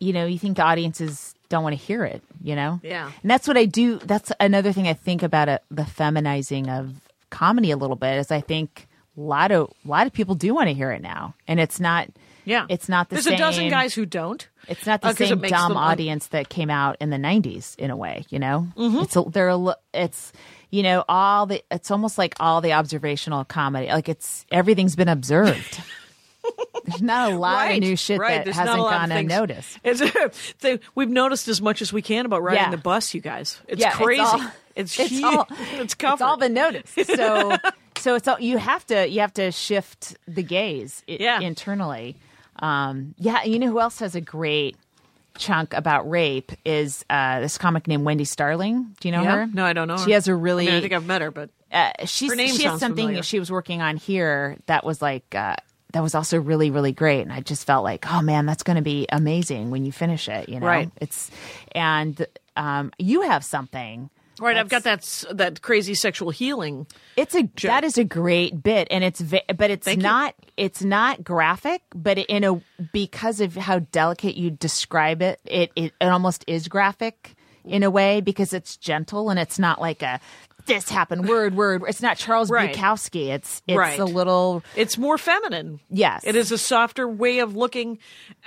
Speaker 3: you know, you think the audiences don't want to hear it, you know?
Speaker 4: Yeah.
Speaker 3: And that's what I do. That's another thing I think about it, the feminizing of comedy a little bit is I think a lot of, a lot of people do want to hear it now. And it's not,
Speaker 4: Yeah,
Speaker 3: it's not the
Speaker 4: There's
Speaker 3: same.
Speaker 4: a dozen guys who don't.
Speaker 3: It's not the
Speaker 4: uh, 'cause it
Speaker 3: same
Speaker 4: makes
Speaker 3: dumb
Speaker 4: them un-
Speaker 3: audience that came out in the '90s, in a way. You know,
Speaker 4: Mm-hmm.
Speaker 3: it's a, they're a, li- it's you know all the it's almost like all the observational comedy. Like it's everything's been observed. There's not a lot of new shit
Speaker 4: right.
Speaker 3: that
Speaker 4: There's
Speaker 3: hasn't
Speaker 4: not a lot
Speaker 3: gone
Speaker 4: of things-
Speaker 3: unnoticed.
Speaker 4: It's- they- we've noticed as much as we can about riding
Speaker 3: Yeah.
Speaker 4: the bus, you guys. It's
Speaker 3: Yeah,
Speaker 4: crazy.
Speaker 3: all-
Speaker 4: It's
Speaker 3: it's
Speaker 4: huge.
Speaker 3: all
Speaker 4: it's covered.
Speaker 3: It's all been noticed. So so it's all you have to you have to shift the gaze i-
Speaker 4: Yeah.
Speaker 3: internally. Um, yeah, you know who else has a great chunk about rape is uh, this comic named Wendy Starling. Do you know
Speaker 4: Yeah?
Speaker 3: her?
Speaker 4: No, I don't know.
Speaker 3: She
Speaker 4: her.
Speaker 3: has a really
Speaker 4: I, mean, I think I've met her, but
Speaker 3: uh, she's,
Speaker 4: Her name
Speaker 3: she has
Speaker 4: sounds
Speaker 3: something
Speaker 4: familiar.
Speaker 3: she was working on here that was like uh, that was also really really great and i just felt like oh man that's going to be amazing when you finish it you know
Speaker 4: Right.
Speaker 3: it's and um, you have something
Speaker 4: right. I've got that s- that crazy sexual healing.
Speaker 3: it's a that is a great bit, and it's ve- but it's
Speaker 4: Thank you.
Speaker 3: not it's not graphic, but in a because of how delicate you describe it, it it, it almost is graphic in a way because it's gentle and it's not like a this happened word word. It's not Charles
Speaker 4: Right.
Speaker 3: Bukowski. It's it's
Speaker 4: Right.
Speaker 3: a little
Speaker 4: It's more feminine.
Speaker 3: Yes.
Speaker 4: it is a softer way of looking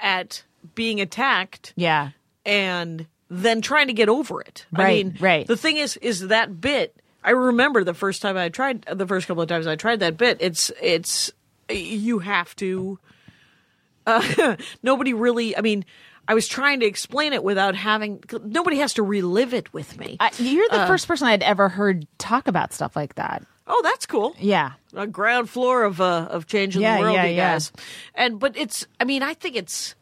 Speaker 4: at being attacked.
Speaker 3: yeah
Speaker 4: and then trying to get over it. I
Speaker 3: Right,
Speaker 4: mean,
Speaker 3: right.
Speaker 4: The thing is, is that bit. I remember the first time I tried the first couple of times I tried that bit. It's it's you have to. Uh, nobody really. I mean, I was trying to explain it without having. Nobody has to relive it with me.
Speaker 3: I, you're
Speaker 4: Uh,
Speaker 3: the first person I'd ever heard talk about stuff like that.
Speaker 4: oh, that's cool.
Speaker 3: Yeah,
Speaker 4: a ground floor of uh, of changing
Speaker 3: Yeah,
Speaker 4: the world,
Speaker 3: yeah,
Speaker 4: you
Speaker 3: yeah.
Speaker 4: guys. And but it's, I mean, I think it's,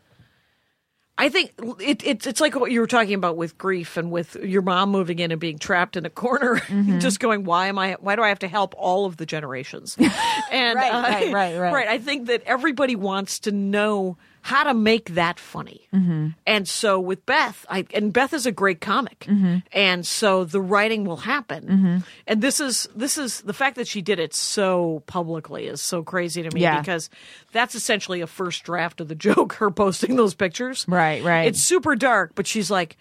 Speaker 4: I think it, it's it's like what you were talking about with grief and with your mom moving in and being trapped in a corner,
Speaker 3: Mm-hmm.
Speaker 4: just going, why am I? Why do I have to help all of the generations? And
Speaker 3: Right,
Speaker 4: uh,
Speaker 3: right, right, right.
Speaker 4: I think that everybody wants to know how to make that funny. Mm-hmm. And so with Beth, I, and Beth is a great comic,
Speaker 3: Mm-hmm.
Speaker 4: and so the writing will happen. And this is this is the fact that she did it so publicly is so crazy to me
Speaker 3: Yeah.
Speaker 4: because that's essentially a first draft of the joke. Her posting those pictures,
Speaker 3: Right, right.
Speaker 4: It's super dark, but she's like.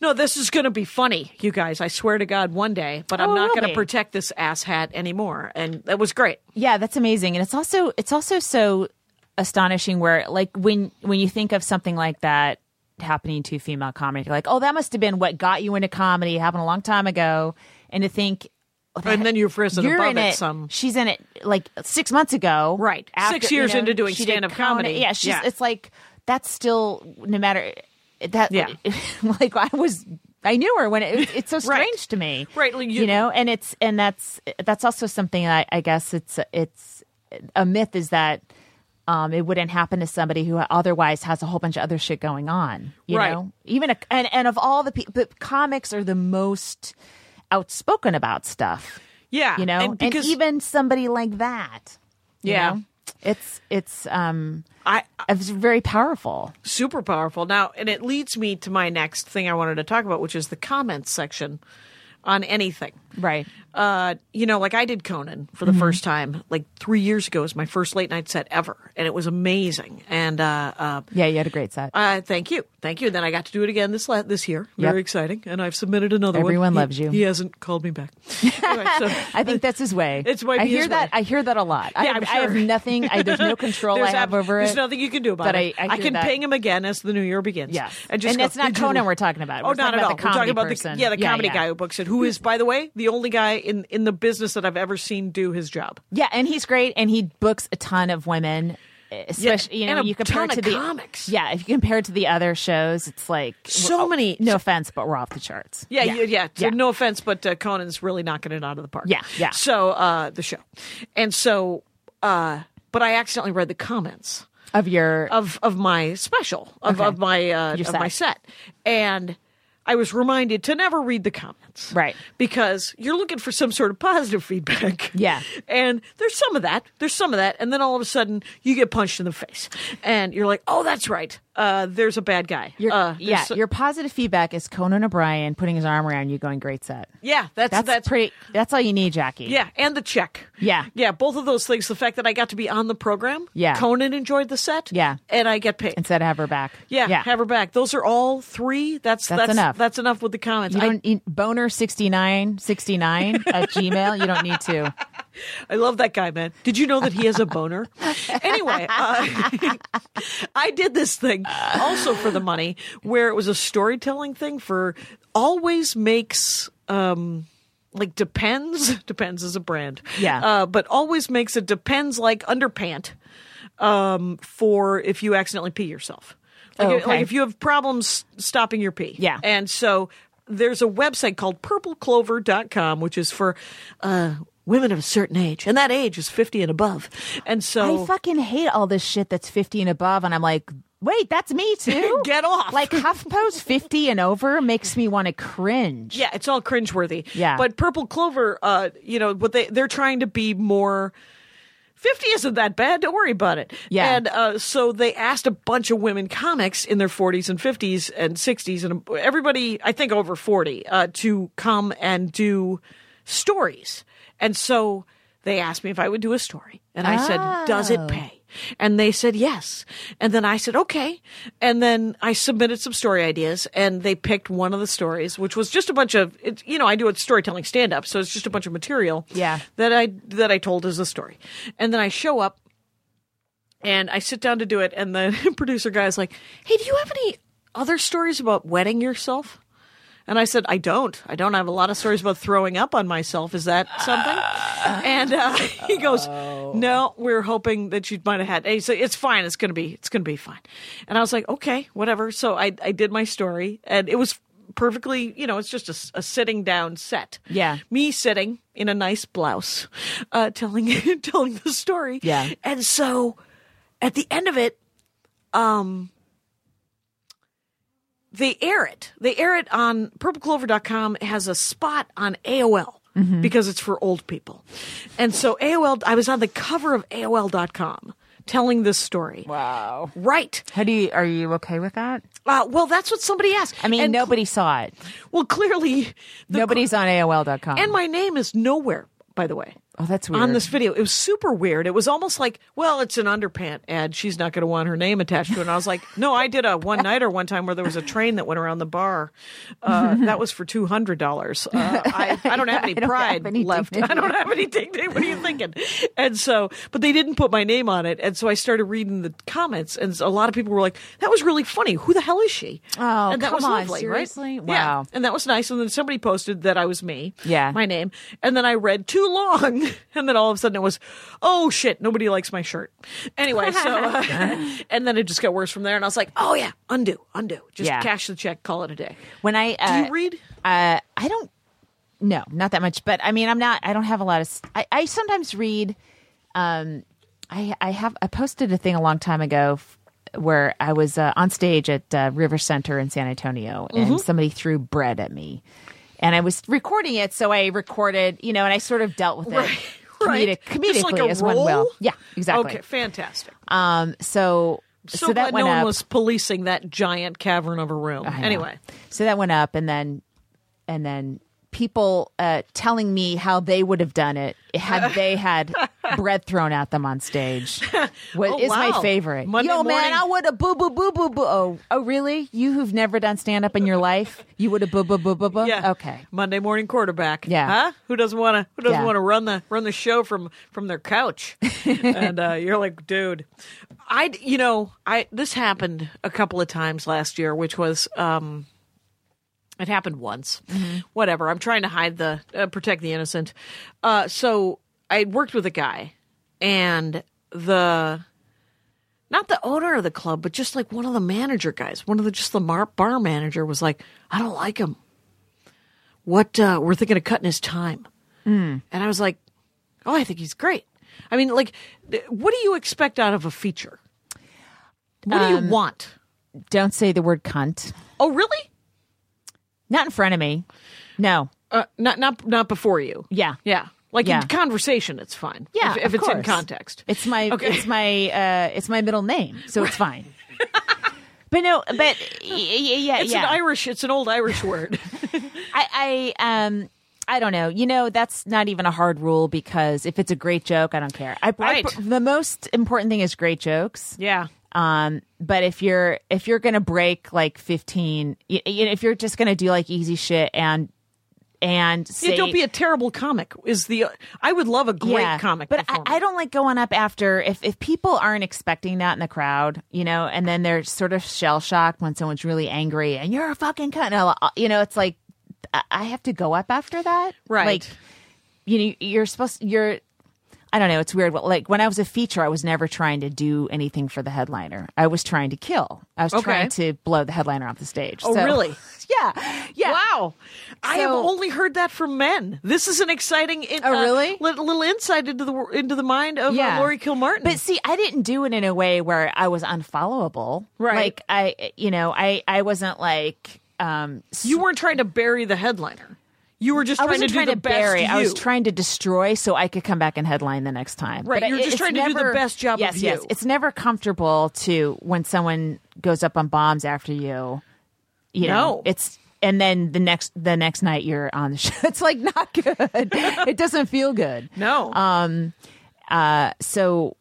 Speaker 4: No, this is going to be funny, you guys. I swear to God, one day. But I'm
Speaker 3: Oh, it
Speaker 4: not
Speaker 3: will
Speaker 4: going to
Speaker 3: be.
Speaker 4: protect this asshat anymore. And that was great.
Speaker 3: yeah that's amazing and it's also it's also so astonishing where like when when you think of something like that happening to female comedy you're like oh that must have been what got you into comedy it happened a long time ago and to think oh,
Speaker 4: And
Speaker 3: that-
Speaker 4: then you've risen
Speaker 3: you're
Speaker 4: above
Speaker 3: in
Speaker 4: it
Speaker 3: it
Speaker 4: some.
Speaker 3: she's in it like six months ago
Speaker 4: Right. Six years into doing
Speaker 3: she did
Speaker 4: stand-up
Speaker 3: Conan.
Speaker 4: comedy.
Speaker 3: yeah she's
Speaker 4: Yeah.
Speaker 3: it's like that's still no matter that
Speaker 4: Yeah.
Speaker 3: like i was i knew her when it, it it's so strange to me
Speaker 4: Right, like, you-
Speaker 3: you know know, and it's and that's that's also something I, I guess it's it's a myth is that um, it wouldn't happen to somebody who otherwise has a whole bunch of other shit going on. You
Speaker 4: Right.
Speaker 3: know, even a, and and of all the people, comics are the most outspoken about stuff.
Speaker 4: Yeah,
Speaker 3: you know,
Speaker 4: and
Speaker 3: and,
Speaker 4: because-
Speaker 3: even somebody like that. you
Speaker 4: Yeah.
Speaker 3: know? it's it's um,
Speaker 4: I
Speaker 3: it's very powerful.
Speaker 4: super powerful now, and it leads me to my next thing I wanted to talk about, which is the comments section on anything.
Speaker 3: Right. Mm-hmm.
Speaker 4: Uh, you know, like I did Conan for the first time, like three years ago. It was my first late night set ever, and it was amazing. And uh, uh,
Speaker 3: Yeah, you had a great set.
Speaker 4: uh, thank you, thank you. And then I got to do it again this la- this year. Very
Speaker 3: Yep.
Speaker 4: exciting. And I've submitted another
Speaker 3: Everyone
Speaker 4: one. He-
Speaker 3: loves you.
Speaker 4: He hasn't called me back. Anyway, so-
Speaker 3: I think that's his way.
Speaker 4: It's might
Speaker 3: I
Speaker 4: be
Speaker 3: hear
Speaker 4: his
Speaker 3: that.
Speaker 4: way.
Speaker 3: I hear that a lot. I,
Speaker 4: Yeah,
Speaker 3: have,
Speaker 4: I'm
Speaker 3: I have
Speaker 4: sure.
Speaker 3: nothing. I, there's no control I
Speaker 4: There's
Speaker 3: have
Speaker 4: ab-
Speaker 3: over
Speaker 4: there's
Speaker 3: it.
Speaker 4: nothing you can do about
Speaker 3: but
Speaker 4: it.
Speaker 3: I, I, hear
Speaker 4: can
Speaker 3: that.
Speaker 4: ping him again as the new year begins.
Speaker 3: Yes.
Speaker 4: and just
Speaker 3: And
Speaker 4: go,
Speaker 3: it's not
Speaker 4: "Did you-
Speaker 3: Conan we're talking about.
Speaker 4: Oh,
Speaker 3: We're
Speaker 4: not
Speaker 3: talking
Speaker 4: at
Speaker 3: about
Speaker 4: all.
Speaker 3: the
Speaker 4: we're
Speaker 3: comedy
Speaker 4: talking about
Speaker 3: person.
Speaker 4: the yeah, the
Speaker 3: Yeah,
Speaker 4: comedy
Speaker 3: yeah.
Speaker 4: guy who books it. Who is, by the way, the only guy in in the business that I've ever seen do his job.
Speaker 3: yeah, and he's great, and he books a ton of women. Especially, you know,
Speaker 4: and a
Speaker 3: you compare
Speaker 4: ton
Speaker 3: it to
Speaker 4: of
Speaker 3: the
Speaker 4: comics.
Speaker 3: Yeah, if you compare it to the other shows, it's like
Speaker 4: So
Speaker 3: we're-
Speaker 4: many-
Speaker 3: No offense, but we're off the charts.
Speaker 4: Yeah, yeah, yeah. So
Speaker 3: yeah.
Speaker 4: No offense, but uh, Conan's really knocking it out of the park.
Speaker 3: Yeah, yeah.
Speaker 4: So uh, the show, and so, uh, but I accidentally read the comments.
Speaker 3: of your
Speaker 4: of of my special of,
Speaker 3: Okay.
Speaker 4: of my uh,
Speaker 3: Your
Speaker 4: of my set, and I was reminded to never read the comments.
Speaker 3: Right.
Speaker 4: Because you're looking for some sort of positive feedback.
Speaker 3: Yeah.
Speaker 4: And there's some of that. There's some of that. And then all of a sudden you get punched in the face. And you're like, oh, that's right. Uh, there's a bad guy.
Speaker 3: Your,
Speaker 4: uh, there's
Speaker 3: yeah,
Speaker 4: so-
Speaker 3: your positive feedback is Conan O'Brien putting his arm around you, going, "Great set."
Speaker 4: yeah, that's,
Speaker 3: That's,
Speaker 4: that's,
Speaker 3: pretty. That's all you need, Jackie.
Speaker 4: Yeah, and the check.
Speaker 3: Yeah.
Speaker 4: Yeah, both of those things. The fact that I got to be on the program.
Speaker 3: Yeah.
Speaker 4: Conan enjoyed the set.
Speaker 3: Yeah.
Speaker 4: And I get paid.
Speaker 3: Instead of have her back.
Speaker 4: yeah,
Speaker 3: yeah.
Speaker 4: have her back. Those are all three. That's
Speaker 3: That's
Speaker 4: that's,
Speaker 3: enough.
Speaker 4: That's enough with the comments.
Speaker 3: you
Speaker 4: I-
Speaker 3: don't need boner sixty nine sixty nine at Gmail. You don't need to.
Speaker 4: I love that guy, man. Did you know that he has a boner? anyway, uh, I did this thing also for the money where it was a storytelling thing for always makes. Um, like depends depends is a brand
Speaker 3: Yeah.
Speaker 4: uh, but always makes a depends like underpant um, for if you accidentally pee yourself like,
Speaker 3: Oh, okay.
Speaker 4: like if you have problems stopping your pee
Speaker 3: Yeah.
Speaker 4: and so there's a website called purpleclover.com, which is for uh, women of a certain age. And that age is 50 and above. And so.
Speaker 3: I fucking hate all this shit that's 50 and above. And I'm like, wait, that's me too?
Speaker 4: Get off.
Speaker 3: Like HuffPost 50 and over makes me want to cringe.
Speaker 4: yeah, it's all cringeworthy.
Speaker 3: Yeah.
Speaker 4: But Purple Clover, uh, you know, what they they're trying to be more 50 isn't that bad. Don't worry about it.
Speaker 3: Yeah.
Speaker 4: And uh, so they asked a bunch of women comics in their 40s and 50s and 60s and everybody, I think over 40, uh, to come and do stories. And so they asked me if I would do a story. And I said, Does it pay? And they said yes. And then I said, okay. And then I submitted some story ideas and they picked one of the stories, which was just a bunch of, it, you know, I do a storytelling stand up. So it's just a bunch of material
Speaker 3: Yeah.
Speaker 4: that I that I told as a story. And then I show up and I sit down to do it and the producer guy's like, "Hey, do you have any other stories about wetting yourself?" And I said, "I don't. I don't I have a lot of stories about throwing up on myself. Is that something?" And uh, he goes, "No, we are hoping that you might have had." And he said, "It's fine. It's going to be it's going to be fine." And I was like, "Okay, whatever." So I I did my story and it was perfectly, you know, it's just a s a a sitting down set
Speaker 3: Yeah.
Speaker 4: me sitting in a nice blouse, uh, telling telling the story.
Speaker 3: Yeah.
Speaker 4: And so, at the end of it, um, they air it. They air it on purpleclover.com has a spot on AOL
Speaker 3: Mm-hmm.
Speaker 4: because it's for old people. And so AOL I was on the cover of AOL.com telling this story.
Speaker 3: Wow.
Speaker 4: Right.
Speaker 3: How do you, are you okay with that?
Speaker 4: Uh, well, that's what somebody asked.
Speaker 3: I mean,
Speaker 4: And cl-
Speaker 3: nobody saw it.
Speaker 4: well, clearly, the-
Speaker 3: Nobody's on AOL.com.
Speaker 4: and my name is nowhere, by the way.
Speaker 3: oh, that's weird.
Speaker 4: on this video. It was super weird. It was almost like, well, it's an underpant ad. She's not going to want her name attached to it. And I was like, no, I did a one nighter one time where there was a train that went around the bar. Uh, that was for two hundred dollars. Uh, I, I don't have any
Speaker 3: I don't
Speaker 4: pride
Speaker 3: have any
Speaker 4: left.
Speaker 3: dignity.
Speaker 4: I don't have any dignity. What are you thinking? And so, but they didn't put my name on it. And so I started reading the comments, and a lot of people were like, that was really funny. Who the hell is she?
Speaker 3: Oh,
Speaker 4: and that
Speaker 3: come
Speaker 4: was
Speaker 3: on,
Speaker 4: lovely,
Speaker 3: seriously?
Speaker 4: right?
Speaker 3: Wow.
Speaker 4: Yeah. And that was nice. And then somebody posted that I was me.
Speaker 3: Yeah.
Speaker 4: My name. And then I read too long. And then all of a sudden it was, oh shit, nobody likes my shirt. Anyway, so, uh, and then it just got worse from there. And I was like, oh yeah, undo, undo. Just
Speaker 3: Yeah.
Speaker 4: cash the check, call it a day.
Speaker 3: when I, uh,
Speaker 4: you read?
Speaker 3: Uh, I don't, no, not that much. But I mean, I'm not, I don't have a lot of, s- I, I sometimes read, um, I, I have, I posted a thing a long time ago f- where I was uh, on stage at uh, River Center in San Antonio
Speaker 4: Mm-hmm.
Speaker 3: and somebody threw bread at me. And I was recording it, so I recorded, you know, and I sort of dealt with it comedic, comedically
Speaker 4: Just like a
Speaker 3: as one
Speaker 4: roll?
Speaker 3: will. Yeah, exactly.
Speaker 4: Okay, fantastic.
Speaker 3: Um, so, so,
Speaker 4: So,
Speaker 3: that
Speaker 4: glad
Speaker 3: went
Speaker 4: no one
Speaker 3: up.
Speaker 4: was policing that giant cavern of a room.
Speaker 3: I know.
Speaker 4: Anyway,
Speaker 3: so that went up, and then and then people uh, telling me how they would have done it had they had bread thrown at them on stage. What is
Speaker 4: Oh,
Speaker 3: my
Speaker 4: wow.
Speaker 3: favorite?
Speaker 4: Monday
Speaker 3: Yo, man,
Speaker 4: morning-
Speaker 3: I would have boo boo boo boo boo. Oh, oh, really? You who've never done stand up in your life, you would have boo boo boo boo boo.
Speaker 4: yeah.
Speaker 3: Okay.
Speaker 4: Monday morning quarterback.
Speaker 3: Yeah.
Speaker 4: Huh? Who doesn't want to? Who doesn't
Speaker 3: Yeah.
Speaker 4: want to run the run the show from from their couch? and uh, you're like, dude, I. You know, I. This happened a couple of times last year, which was. um it happened once.
Speaker 3: Mm-hmm.
Speaker 4: Whatever. I'm trying to hide the uh, protect the innocent. Uh, so I worked with a guy, and the not the owner of the club, but just like one of the manager guys, one of the just the mar- bar manager was like, I don't like him. What uh, we're thinking of cutting his time,
Speaker 3: Hmm.
Speaker 4: and I was like, Oh, I think he's great. I mean, like, th- what do you expect out of a feature?
Speaker 3: Um,
Speaker 4: What do you want?
Speaker 3: Don't say the word cunt.
Speaker 4: Oh, really?
Speaker 3: Not in front of me. No.
Speaker 4: Uh, not not not before you.
Speaker 3: Yeah.
Speaker 4: Yeah. Like
Speaker 3: Yeah.
Speaker 4: in conversation, it's fine.
Speaker 3: Yeah,
Speaker 4: If, if
Speaker 3: of
Speaker 4: it's in
Speaker 3: course.
Speaker 4: context.
Speaker 3: It's my
Speaker 4: Okay.
Speaker 3: it's my uh it's my middle name, so it's fine. but no, but y- y- yeah,
Speaker 4: It's
Speaker 3: yeah.
Speaker 4: an Irish. It's an old Irish word.
Speaker 3: I, I um I don't know. You know, that's not even a hard rule because if it's a great joke, I don't care. I, I-
Speaker 4: Right.
Speaker 3: the most important thing is great jokes.
Speaker 4: yeah.
Speaker 3: Um, but if you're if you're gonna break like fifteen, y y- if you're just gonna do like easy shit and and say,
Speaker 4: yeah. Don't be a terrible comic. Is the I would love a great
Speaker 3: yeah,
Speaker 4: comic.
Speaker 3: But I,
Speaker 4: performer.
Speaker 3: I don't like going up after if if people aren't expecting that in the crowd, you know, and then they're sort of shell shocked when someone's really angry and you're a fucking cunt. and I'll- You know, it's like I- I have to go up after that,
Speaker 4: Right.
Speaker 3: Like, you know, you're supposed you're. I don't know. It's weird. but, Like when I was a feature, I was never trying to do anything for the headliner. I was trying to kill. I was
Speaker 4: Okay.
Speaker 3: trying to blow the headliner off the stage.
Speaker 4: Oh,
Speaker 3: So-
Speaker 4: really?
Speaker 3: Yeah. Yeah.
Speaker 4: Wow. I have
Speaker 3: So-
Speaker 4: only heard that from men. This is an exciting in-
Speaker 3: Oh,
Speaker 4: uh,
Speaker 3: really?
Speaker 4: lit- little, insight into the wor- into the mind of uh, Lori Kilmartin.
Speaker 3: But see, I didn't do it in a way where I was unfollowable.
Speaker 4: Right.
Speaker 3: Like I, you know, I I wasn't like um s-
Speaker 4: you weren't trying to bury the headliner. You were just
Speaker 3: I
Speaker 4: trying to
Speaker 3: wasn't
Speaker 4: do
Speaker 3: trying
Speaker 4: the
Speaker 3: to
Speaker 4: best
Speaker 3: bury. I was
Speaker 4: you.
Speaker 3: trying to destroy so I could come back and headline the next time.
Speaker 4: Right,
Speaker 3: But
Speaker 4: you were
Speaker 3: it-
Speaker 4: just
Speaker 3: it's
Speaker 4: trying to do the
Speaker 3: never-
Speaker 4: best job of
Speaker 3: Yes, yes.
Speaker 4: you.
Speaker 3: It's never comfortable to when someone goes up on bombs after you. You
Speaker 4: No.
Speaker 3: know, it's and then the next the next night you're on the show. It's like not good. it doesn't feel good.
Speaker 4: No.
Speaker 3: Um, so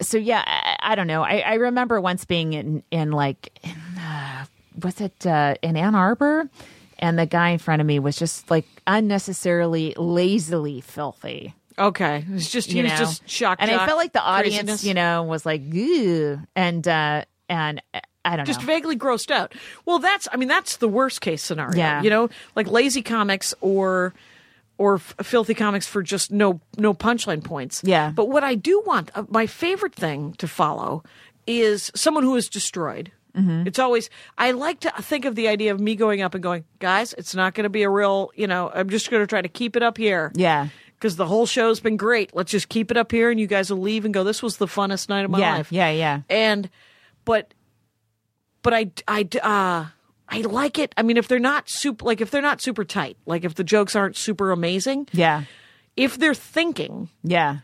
Speaker 3: so yeah i, I don't know I, I remember once being in in like in, uh, was it uh, in ann arbor and the guy in front of me was just like unnecessarily lazily filthy
Speaker 4: okay. It's just he
Speaker 3: you
Speaker 4: was
Speaker 3: know?
Speaker 4: just shocked.
Speaker 3: and i
Speaker 4: jock
Speaker 3: felt like the audience
Speaker 4: craziness.
Speaker 3: you know was like Ew. and uh and uh, i don't
Speaker 4: just
Speaker 3: know
Speaker 4: vaguely grossed out. Well, that's I mean that's the worst case scenario.
Speaker 3: Yeah.
Speaker 4: You know, like lazy comics or or f- filthy comics for just no no punchline points.
Speaker 3: Yeah.
Speaker 4: But what I do want, uh, my favorite thing to follow is someone who is destroyed.
Speaker 3: Mm-hmm.
Speaker 4: It's always I like to think of the idea of me going up and going, guys, it's not going to be a real. You know, I'm just going to try to keep it up here.
Speaker 3: Yeah.
Speaker 4: Because the whole show's been great. Let's just keep it up here, and you guys will leave and go. This was the funnest night of my
Speaker 3: Yeah,
Speaker 4: life.
Speaker 3: yeah, yeah.
Speaker 4: And, but but I, I, uh, I like it. I mean, if they're not super, like if they're not super tight, like if the jokes aren't super amazing,
Speaker 3: yeah
Speaker 4: If they're thinking,
Speaker 3: yeah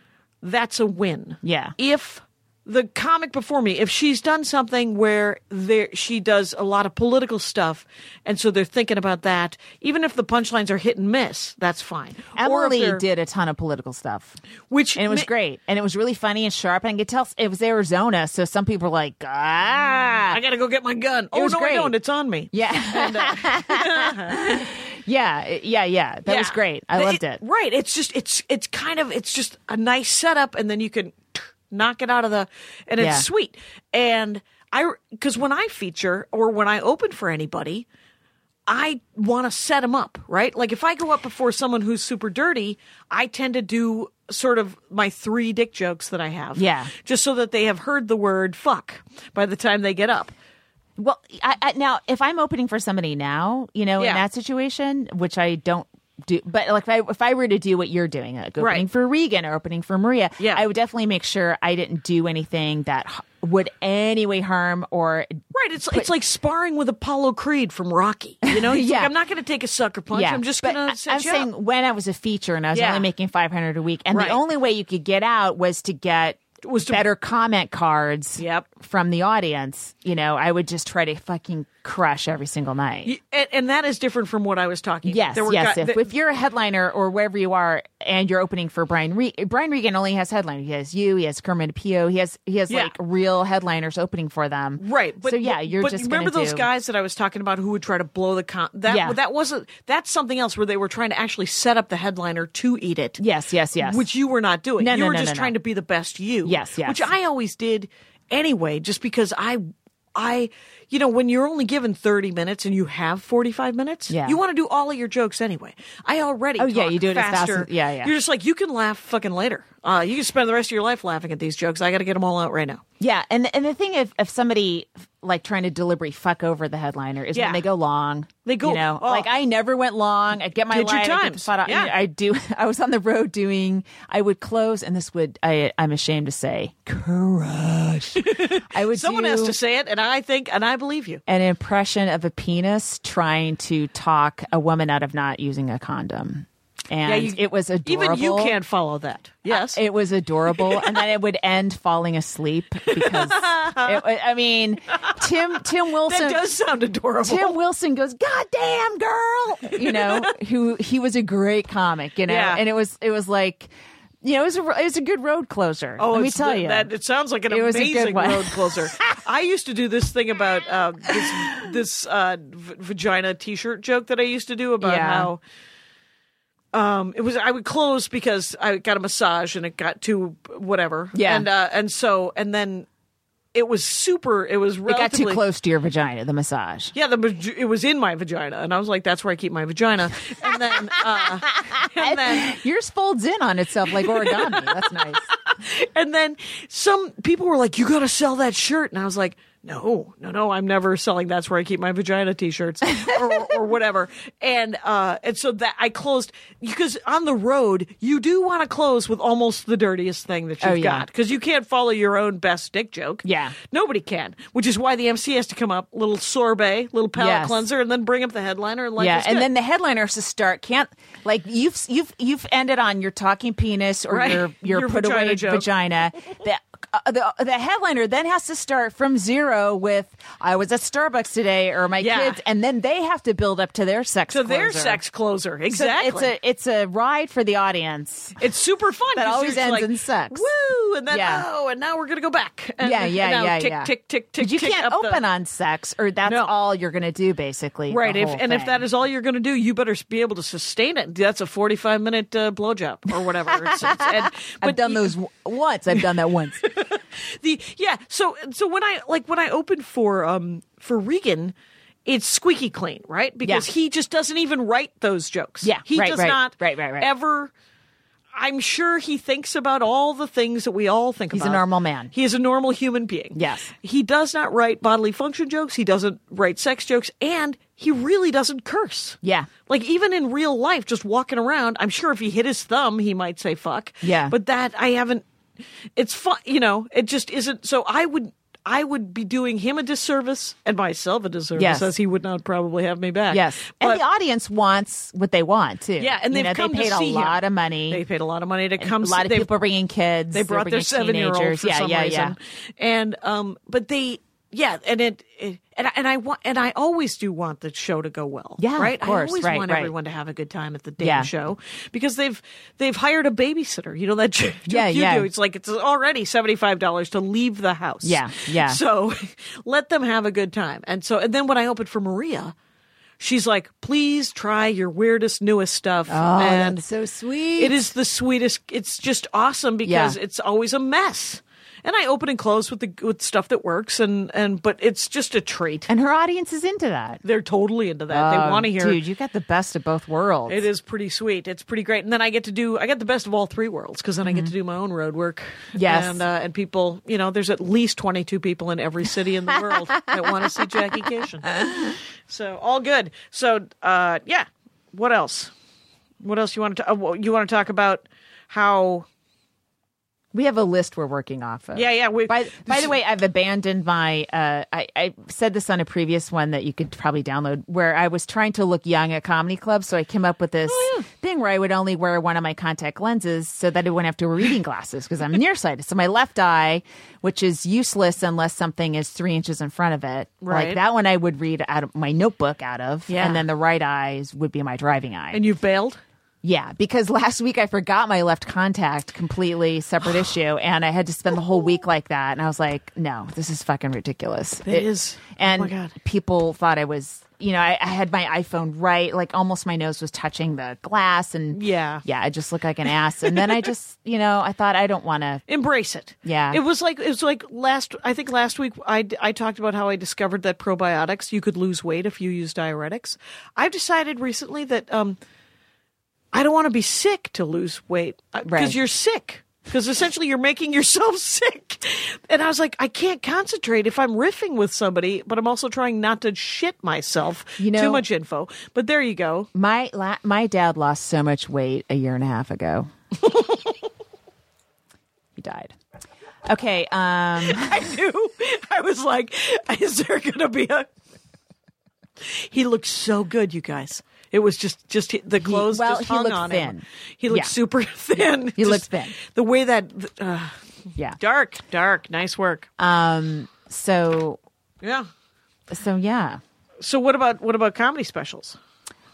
Speaker 4: that's a win.
Speaker 3: Yeah.
Speaker 4: If the comic before me, if she's done something where there she does a lot of political stuff, and so they're thinking about that, even if the punchlines are hit and miss, that's fine. Or if
Speaker 3: Emily
Speaker 4: they're-
Speaker 3: did a ton of political stuff,
Speaker 4: Which
Speaker 3: and it was
Speaker 4: ma-
Speaker 3: great, and it was really funny and sharp. And I could tell it was Arizona, so some people were like, "Ah,
Speaker 4: I gotta go get my gun. oh
Speaker 3: was
Speaker 4: no, I
Speaker 3: great.
Speaker 4: don't. It's on me. uh,
Speaker 3: Yeah. yeah, it- yeah, yeah. That was
Speaker 4: Yeah.
Speaker 3: great. I
Speaker 4: Th-
Speaker 3: loved it.
Speaker 4: Right. It's just it's it's kind of it's just a nice setup, and then you can knock it out of the, and it's
Speaker 3: Yeah.
Speaker 4: sweet. And I because when I feature or when I open for anybody. I want to set them up, right? Like if I go up before someone who's super dirty, I tend to do sort of my three dick jokes that I have.
Speaker 3: Yeah.
Speaker 4: Just so that they have heard the word fuck by the time they get up.
Speaker 3: Well, I, I, now if I'm opening for somebody now, you know,
Speaker 4: Yeah.
Speaker 3: in that situation, which I don't do, but like if I, if I were to do what you're doing, like opening
Speaker 4: Right.
Speaker 3: for Regan or opening for Maria,
Speaker 4: Yeah.
Speaker 3: I would definitely make sure I didn't do anything that h- would anyway harm or
Speaker 4: Right, it's it's like sparring with Apollo Creed from Rocky. You know, He's
Speaker 3: Yeah.
Speaker 4: like, I'm not going to take a sucker punch. I'm just
Speaker 3: but
Speaker 4: going to
Speaker 3: I-
Speaker 4: set
Speaker 3: I'm
Speaker 4: you
Speaker 3: saying
Speaker 4: up.
Speaker 3: when I was a feature and I was
Speaker 4: Yeah.
Speaker 3: only making 500 a week, and
Speaker 4: Right.
Speaker 3: the only way you could get out was to get
Speaker 4: Was to-
Speaker 3: better comment cards
Speaker 4: Yep.
Speaker 3: from the audience. You know, I would just try to fucking crush every single night.
Speaker 4: Y- And, and that is different from what I was talking.
Speaker 3: Yes,
Speaker 4: about. There were
Speaker 3: yes.
Speaker 4: guy-
Speaker 3: if,
Speaker 4: the-
Speaker 3: if you're a headliner or wherever you are, and you're opening for Brian Re- Brian Regan only has headliners. He has you. He has Kermit Pio. He has he has
Speaker 4: Yeah.
Speaker 3: like real headliners opening for them.
Speaker 4: right, but
Speaker 3: so yeah, you're
Speaker 4: but
Speaker 3: just
Speaker 4: remember
Speaker 3: gonna
Speaker 4: those
Speaker 3: do-
Speaker 4: guys that I was talking about who would try to blow the con. That
Speaker 3: Yeah.
Speaker 4: that wasn't that's something else where they were trying to actually set up the headliner to eat it.
Speaker 3: Yes, yes, yes.
Speaker 4: Which you were not doing.
Speaker 3: No,
Speaker 4: you
Speaker 3: no,
Speaker 4: were
Speaker 3: no,
Speaker 4: just
Speaker 3: no, no.
Speaker 4: trying to be the best you.
Speaker 3: Yes, yes.
Speaker 4: Which I always did anyway, just because I, I, you know, when you're only given 30 minutes and you have 45 minutes,
Speaker 3: Yeah.
Speaker 4: you want to do all of your jokes anyway. I already. Oh,
Speaker 3: yeah, you do it as fast
Speaker 4: faster.
Speaker 3: as- yeah, yeah.
Speaker 4: You're just like, you can laugh fucking later. Uh, you can spend the rest of your life laughing at these jokes. I got to get them all out right now.
Speaker 3: Yeah, and and the thing if if somebody like trying to deliberately fuck over the headliner is
Speaker 4: Yeah.
Speaker 3: when they go long.
Speaker 4: They go-
Speaker 3: you know,
Speaker 4: oh.
Speaker 3: like I never went long. I get my
Speaker 4: Did
Speaker 3: line,
Speaker 4: your
Speaker 3: I get the
Speaker 4: times.
Speaker 3: spot on.
Speaker 4: Yeah.
Speaker 3: I do. I was on the road doing. I would close, and this would. I I'm ashamed to say, crush. I would.
Speaker 4: Someone
Speaker 3: do
Speaker 4: has to say it, and I think and I believe you.
Speaker 3: an impression of a penis trying to talk a woman out of not using a condom, and
Speaker 4: you-
Speaker 3: it was adorable. Uh,
Speaker 4: Even you can't follow that. Yes.
Speaker 3: It was adorable, and then it would end falling asleep because it, wa- I mean, Tim Tim Wilson.
Speaker 4: that does sound adorable.
Speaker 3: Tim Wilson goes, "God damn, girl!" You know, who he was a great comic, you know,
Speaker 4: Yeah.
Speaker 3: and it was it was like, you know, it was a, it was a good road closer.
Speaker 4: Oh,
Speaker 3: let me
Speaker 4: it's
Speaker 3: tell
Speaker 4: the-
Speaker 3: you,
Speaker 4: that it sounds like an
Speaker 3: It was a good
Speaker 4: amazing
Speaker 3: one.
Speaker 4: road closer. I used to do this thing about uh, this this uh, v- vagina T-shirt joke that I used to do about
Speaker 3: Yeah.
Speaker 4: how um, it was. I would close because I got a massage and it got too whatever.
Speaker 3: Yeah.
Speaker 4: and uh, and so and then it was super. It was
Speaker 3: it got
Speaker 4: relatively
Speaker 3: too close to your vagina. The massage.
Speaker 4: Yeah, the vag- it was in my vagina, and I was like, "That's where I keep my vagina." And then, uh, and then
Speaker 3: Yours folds in on itself like origami. That's nice.
Speaker 4: and then some people were like, "You got to sell that shirt," and I was like, "No, no, no, I'm never selling. That's where I keep my vagina t-shirts or, or whatever." And uh, and so that I closed because on the road you do want to close with almost the dirtiest thing that you've
Speaker 3: Oh, yeah.
Speaker 4: got because you can't follow your own best dick joke.
Speaker 3: Yeah.
Speaker 4: nobody can, which is why the MC has to come up little sorbet, little palate
Speaker 3: Yes.
Speaker 4: cleanser, and then bring up the headliner and like
Speaker 3: yeah, and then the headliner has to start. Can't like you've you've you've ended on your talking penis or
Speaker 4: Right.
Speaker 3: your your,
Speaker 4: Your
Speaker 3: put
Speaker 4: vagina
Speaker 3: away
Speaker 4: joke.
Speaker 3: vagina. The, uh, the the headliner then has to start from zero with I was at Starbucks today or my
Speaker 4: Yeah.
Speaker 3: kids, and then they have to build up to their sex.
Speaker 4: to their
Speaker 3: closer.
Speaker 4: sex closer
Speaker 3: So
Speaker 4: exactly.
Speaker 3: It's a it's a ride for the audience.
Speaker 4: It's super fun.
Speaker 3: That
Speaker 4: 'cause
Speaker 3: always
Speaker 4: you're just
Speaker 3: ends in sex.
Speaker 4: Woo! And then
Speaker 3: Yeah.
Speaker 4: oh, and now we're gonna go back. And,
Speaker 3: yeah, yeah,
Speaker 4: and now
Speaker 3: yeah,
Speaker 4: tick,
Speaker 3: yeah.
Speaker 4: Tick tick tick
Speaker 3: But you
Speaker 4: tick.
Speaker 3: can't
Speaker 4: up the-
Speaker 3: open on sex, or that's
Speaker 4: No.
Speaker 3: all you're going to do basically.
Speaker 4: Right,
Speaker 3: the
Speaker 4: if,
Speaker 3: whole
Speaker 4: and if
Speaker 3: thing.
Speaker 4: that is all you're going to do, you better s- be able to sustain it. That's a 45 minute uh, blowjob or whatever. It's- it's- and-
Speaker 3: I've
Speaker 4: but
Speaker 3: done
Speaker 4: you-
Speaker 3: those w- once. I've done that once.
Speaker 4: The yeah, so so when I like when I opened for um for Regan, it's squeaky clean, right? Because
Speaker 3: Yeah.
Speaker 4: he just doesn't even write those jokes.
Speaker 3: Yeah,
Speaker 4: he
Speaker 3: right,
Speaker 4: does
Speaker 3: right,
Speaker 4: not
Speaker 3: right, right, right.
Speaker 4: ever. I'm sure he thinks about all the things that we all think
Speaker 3: He's a
Speaker 4: about.
Speaker 3: normal man.
Speaker 4: He is a normal human being.
Speaker 3: Yes.
Speaker 4: He does not write bodily function jokes. He doesn't write sex jokes. And he really doesn't curse.
Speaker 3: Yeah.
Speaker 4: Like, even in real life, just walking around, I'm sure if he hit his thumb, he might say fuck.
Speaker 3: Yeah.
Speaker 4: But that, I haven't, it's fun, you know, it just isn't. So I would. I would be doing him a disservice and myself a disservice,
Speaker 3: Yes.
Speaker 4: as he would not probably have me back.
Speaker 3: Yes,
Speaker 4: But-
Speaker 3: and the audience wants what they want too.
Speaker 4: yeah, and
Speaker 3: You
Speaker 4: they've
Speaker 3: know,
Speaker 4: come
Speaker 3: they paid
Speaker 4: to see
Speaker 3: a
Speaker 4: him.
Speaker 3: lot of money.
Speaker 4: They paid a lot of money to come.
Speaker 3: a lot of
Speaker 4: they've-
Speaker 3: people are bringing kids.
Speaker 4: They brought their seven year old for
Speaker 3: yeah,
Speaker 4: some
Speaker 3: yeah,
Speaker 4: reason, and um, but they yeah, and it, it and I- and I want and I always do want the show to go well.
Speaker 3: Yeah, of
Speaker 4: right.
Speaker 3: course,
Speaker 4: I always
Speaker 3: right,
Speaker 4: want
Speaker 3: right.
Speaker 4: everyone to have a good time at the damn
Speaker 3: Yeah.
Speaker 4: show because they've they've hired a babysitter. You know that joke
Speaker 3: Yeah,
Speaker 4: you
Speaker 3: yeah.
Speaker 4: do. It's like it's already seventy five dollars to leave the house.
Speaker 3: Yeah, yeah.
Speaker 4: So let them have a good time, and so and then when I opened for Maria. She's like, please try your weirdest, newest stuff.
Speaker 3: Oh,
Speaker 4: and
Speaker 3: that's so sweet.
Speaker 4: it is the sweetest. It's just awesome because
Speaker 3: Yeah.
Speaker 4: it's always a mess. And I open and close with the with stuff that works, and and but it's just a treat.
Speaker 3: and her audience is into that.
Speaker 4: They're totally into that. they
Speaker 3: Oh,
Speaker 4: want to hear.
Speaker 3: dude. You got the best of both worlds.
Speaker 4: It is pretty sweet. It's pretty great. And then I get to do I get the best of all three worlds because then I get to do my own road work.
Speaker 3: Mm-hmm. Yes.
Speaker 4: and uh, and people, you know, there's at least 22 people in every city in the world that want to see Jackie Cation. So all good. So uh, yeah, what else? What else you want to? Uh, well, you want to talk about how?
Speaker 3: We have a list we're working off of.
Speaker 4: Yeah, yeah, we-
Speaker 3: by, by the way, I've abandoned my. Uh, I, I said this on a previous one that you could probably download, where I was trying to look young at comedy clubs, so I came up with this
Speaker 4: Oh,
Speaker 3: thing where I would only wear one of my contact lenses so that I wouldn't have to wear reading glasses because I'm nearsighted. So my left eye, which is useless unless something is three inches in front of it,
Speaker 4: Right.
Speaker 3: like that one, I would read out of my notebook out of,
Speaker 4: Yeah.
Speaker 3: and then the right eyes would be my driving eye.
Speaker 4: And you've bailed.
Speaker 3: Yeah, because last week I forgot my left contact completely separate issue and I had to spend the whole week like that and I was like, no, this is fucking ridiculous.
Speaker 4: It is. Oh
Speaker 3: And
Speaker 4: my God.
Speaker 3: people thought I was, you know, I, I had my iPhone right, like almost my nose was touching the glass and
Speaker 4: Yeah.
Speaker 3: Yeah, I just looked like an ass and then I just, you know, I thought I don't want to
Speaker 4: embrace it.
Speaker 3: Yeah.
Speaker 4: it was like it was like last. I think last week I I talked about how I discovered that probiotics you could lose weight if you use diuretics. I've decided recently that um, I don't want to be sick to lose weight because
Speaker 3: Right.
Speaker 4: you're sick. because essentially you're making yourself sick. And I was like, I can't concentrate if I'm riffing with somebody, but I'm also trying not to shit myself.
Speaker 3: You know-
Speaker 4: too much info. But there you go.
Speaker 3: My la- my dad lost so much weight a year and a half ago. he died. Okay. Um,
Speaker 4: I knew. I was like, is there going to be a? He looked so good, you guys. It was just just the clothes
Speaker 3: well,
Speaker 4: just
Speaker 3: he
Speaker 4: hung
Speaker 3: looked
Speaker 4: on him.
Speaker 3: thin.
Speaker 4: He looked
Speaker 3: Yeah.
Speaker 4: super thin.
Speaker 3: he
Speaker 4: Just
Speaker 3: looked thin.
Speaker 4: The way that uh,
Speaker 3: yeah.
Speaker 4: dark, dark, nice work.
Speaker 3: Uh, So
Speaker 4: yeah.
Speaker 3: so yeah.
Speaker 4: So what about what about comedy specials?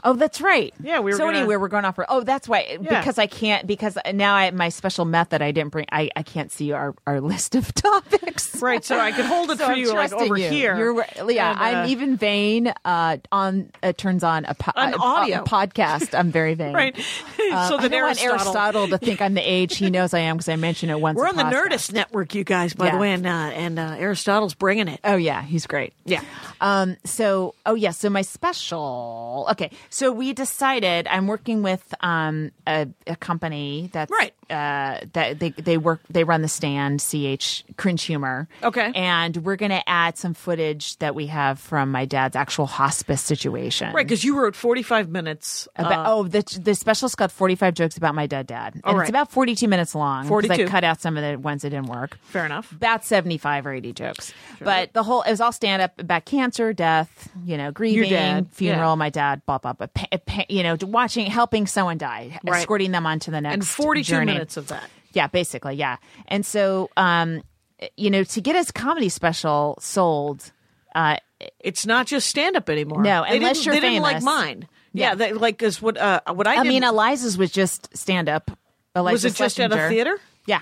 Speaker 3: Oh, that's right.
Speaker 4: Yeah, we were
Speaker 3: so
Speaker 4: gonna-
Speaker 3: anyway. We're going off. For, oh, that's why
Speaker 4: Yeah.
Speaker 3: because I can't because now I my special method I didn't bring. I, I can't see our, our list of topics.
Speaker 4: Right, so I could hold it
Speaker 3: So
Speaker 4: for
Speaker 3: I'm
Speaker 4: you like
Speaker 3: trusting
Speaker 4: over
Speaker 3: you.
Speaker 4: here.
Speaker 3: You're, right. yeah,
Speaker 4: And, uh,
Speaker 3: I'm even vain. Uh, on uh, turns on a, po-
Speaker 4: On
Speaker 3: a- a
Speaker 4: audio.
Speaker 3: podcast. I'm very vain.
Speaker 4: right. so
Speaker 3: Um,
Speaker 4: then
Speaker 3: I don't want
Speaker 4: Aristotle.
Speaker 3: Aristotle to think I'm the age he knows I am because I mentioned it once.
Speaker 4: We're on
Speaker 3: in
Speaker 4: the
Speaker 3: podcast.
Speaker 4: Nerdist network, you guys, by the
Speaker 3: Yeah.
Speaker 4: way, and uh, and uh, Aristotle's bringing it.
Speaker 3: Oh yeah, he's great.
Speaker 4: Yeah.
Speaker 3: Um. So oh yeah. So my special. Okay. So we decided I'm working with um a, a company that's
Speaker 4: Right.
Speaker 3: Uh, that they they work they run the stand ch cringe humor.
Speaker 4: Okay.
Speaker 3: And we're gonna add some footage that we have from my dad's actual hospice situation.
Speaker 4: Right, because you wrote 45 minutes.
Speaker 3: About, oh, the the special's got 45 jokes about my dead dad. And
Speaker 4: All Oh, right.
Speaker 3: it's about 42 minutes long. 'cause
Speaker 4: 42.
Speaker 3: I cut out some of the ones that didn't work.
Speaker 4: Fair enough.
Speaker 3: About 75 or 80 jokes. But the whole, it was all stand up about cancer, death, you know, grieving,
Speaker 4: dad,
Speaker 3: funeral,
Speaker 4: yeah.
Speaker 3: my dad, blah, blah, blah. Pa- pa- you know, watching, helping someone die,
Speaker 4: Right.
Speaker 3: escorting them onto the next
Speaker 4: And 42
Speaker 3: journey.
Speaker 4: minutes of that.
Speaker 3: Yeah, basically, yeah. And so, um, you know, to get his comedy special sold, uh,
Speaker 4: It's not just stand up anymore.
Speaker 3: No,
Speaker 4: They
Speaker 3: unless
Speaker 4: didn't-
Speaker 3: you're
Speaker 4: they didn't like
Speaker 3: famous.
Speaker 4: mine. Yeah,
Speaker 3: Yeah.
Speaker 4: they, like because what uh, what I,
Speaker 3: I
Speaker 4: did
Speaker 3: mean, Eliza's was just stand up.
Speaker 4: was it just at a theater?
Speaker 3: Yeah.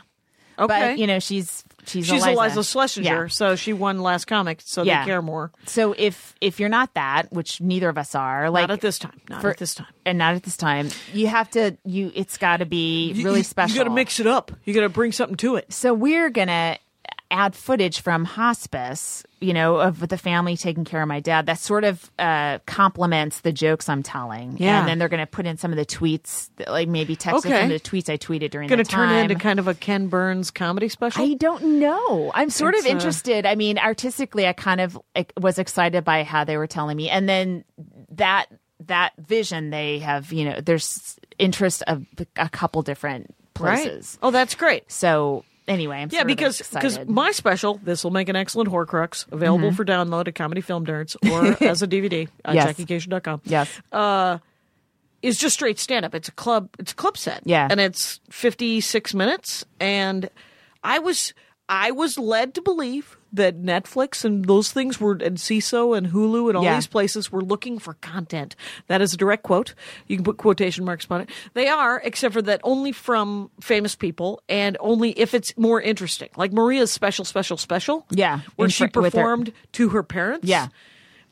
Speaker 4: Okay.
Speaker 3: But you know, she's she's
Speaker 4: She's
Speaker 3: Eliza,
Speaker 4: Eliza Schlesinger,
Speaker 3: Yeah.
Speaker 4: so she won last comic, so
Speaker 3: Yeah.
Speaker 4: they care more.
Speaker 3: So if if you're not that, which neither of us are, like
Speaker 4: Not at this time. Not
Speaker 3: for-
Speaker 4: at this time.
Speaker 3: and not at this time, you have to you. It's got to be
Speaker 4: You-
Speaker 3: really
Speaker 4: you-
Speaker 3: special.
Speaker 4: You got to mix it up. You got to bring something to it.
Speaker 3: So we're gonna add footage from hospice, you know, of the family taking care of my dad. That sort of uh, complements the jokes I'm telling.
Speaker 4: Yeah.
Speaker 3: And then they're gonna put in some of the tweets, that, like maybe text
Speaker 4: Okay.
Speaker 3: some of the tweets I tweeted during
Speaker 4: Going to
Speaker 3: the
Speaker 4: turn
Speaker 3: time.
Speaker 4: it into kind of a Ken Burns comedy special.
Speaker 3: I don't know. I'm sort
Speaker 4: It's,
Speaker 3: of
Speaker 4: uh,
Speaker 3: interested. I mean, artistically, I kind of like, was excited by how they were telling me, and then that that vision they have. You know, there's interest of a couple different
Speaker 4: right?
Speaker 3: places.
Speaker 4: Oh, that's great.
Speaker 3: So anyway, I'm
Speaker 4: Yeah,
Speaker 3: sort of
Speaker 4: because because
Speaker 3: excited. Mm-hmm.
Speaker 4: my special, this will make an excellent Horcrux, available for download at Comedy Film Nerds or as a DVD on
Speaker 3: Yes.
Speaker 4: JackieCation.com.
Speaker 3: yes,
Speaker 4: is just straight stand up. Uh, It's a club. It's a club set.
Speaker 3: Yeah.
Speaker 4: and it's fifty six minutes. And I was I was led to believe that Netflix and those things were and CISO and Hulu and all
Speaker 3: Yeah.
Speaker 4: these places were looking for content. That is a direct quote. You can put quotation marks on it. They are, except for that only from famous people and only if it's more interesting. Like Maria's special, special, special.
Speaker 3: Yeah.
Speaker 4: where
Speaker 3: In
Speaker 4: she
Speaker 3: fr- with her-
Speaker 4: performed to her parents.
Speaker 3: Yeah.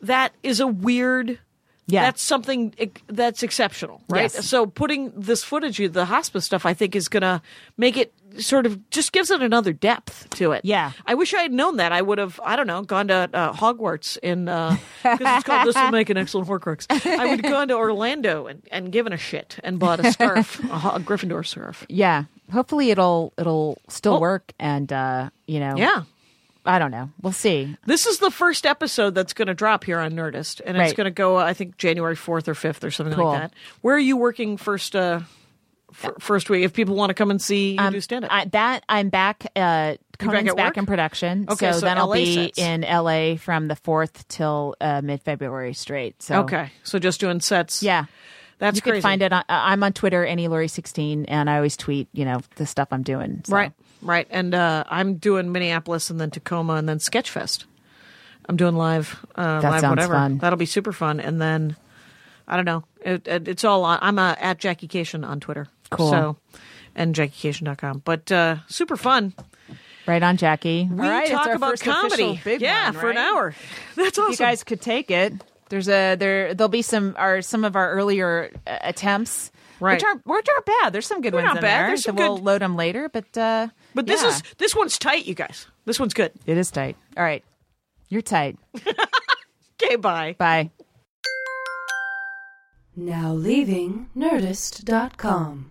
Speaker 4: That is a weird.
Speaker 3: Yeah.
Speaker 4: That's something ex- that's exceptional, right?
Speaker 3: Yes.
Speaker 4: So putting this footage of the hospice stuff, I think, is going to make it sort of just gives it another depth to it.
Speaker 3: Yeah.
Speaker 4: I wish I had known that. I would have, I don't know, gone to uh, Hogwarts in, because it's called This Will Make an Excellent Horcrux. I would have gone to Orlando and, and given a shit and bought a scarf, a, Ho- Gryffindor scarf.
Speaker 3: yeah. Hopefully, it'll it'll still
Speaker 4: Oh.
Speaker 3: work, and uh, you know,
Speaker 4: Yeah.
Speaker 3: I don't know. We'll see.
Speaker 4: This is the first episode that's going to drop here on Nerdist, and it's
Speaker 3: Right.
Speaker 4: going to go, I think, January fourth or fifth or something
Speaker 3: Cool.
Speaker 4: like that. Where are you working first? Uh, f- first week, if people want to come and see you
Speaker 3: Um,
Speaker 4: do stand up,
Speaker 3: I, that I'm back. Uh, Conan's
Speaker 4: at
Speaker 3: back,
Speaker 4: work?
Speaker 3: in production.
Speaker 4: Okay, so
Speaker 3: then I'll
Speaker 4: LA
Speaker 3: be
Speaker 4: sets.
Speaker 3: in LA from the fourth till uh, mid February straight. So
Speaker 4: okay, so just doing sets.
Speaker 3: yeah,
Speaker 4: that's
Speaker 3: you
Speaker 4: crazy.
Speaker 3: can find it. On, uh, I'm on Twitter, Annie Laurie sixteen, and I always tweet you know the stuff I'm doing. So.
Speaker 4: right, right. And uh, I'm doing Minneapolis, and then Tacoma, and then Sketchfest. I'm doing live, uh,
Speaker 3: That
Speaker 4: live
Speaker 3: sounds
Speaker 4: whatever.
Speaker 3: fun.
Speaker 4: That'll be super fun. And then I don't know. It, it, it's all on. I'm uh, at Jackie Cation on Twitter.
Speaker 3: Cool.
Speaker 4: So and JackieCation.com. But uh, super fun.
Speaker 3: right on, Jackie.
Speaker 4: We
Speaker 3: All right, it's
Speaker 4: talk
Speaker 3: our
Speaker 4: about
Speaker 3: first
Speaker 4: comedy.
Speaker 3: official big
Speaker 4: yeah,
Speaker 3: one,
Speaker 4: for an
Speaker 3: right?
Speaker 4: hour. That's awesome.
Speaker 3: You guys could take it. There's a there. There'll be some are some of our earlier uh, attempts.
Speaker 4: Right.
Speaker 3: Which aren't, which aren't bad. There's some good
Speaker 4: They're
Speaker 3: ones
Speaker 4: not
Speaker 3: in
Speaker 4: bad.
Speaker 3: there.
Speaker 4: There's
Speaker 3: so
Speaker 4: some
Speaker 3: we'll
Speaker 4: good-
Speaker 3: load them later. But uh,
Speaker 4: but this
Speaker 3: yeah.
Speaker 4: is this one's tight, you guys. This one's good.
Speaker 3: it is tight. All right, you're tight.
Speaker 4: Okay, bye.
Speaker 3: Bye.
Speaker 1: Now leaving Nerdist.com.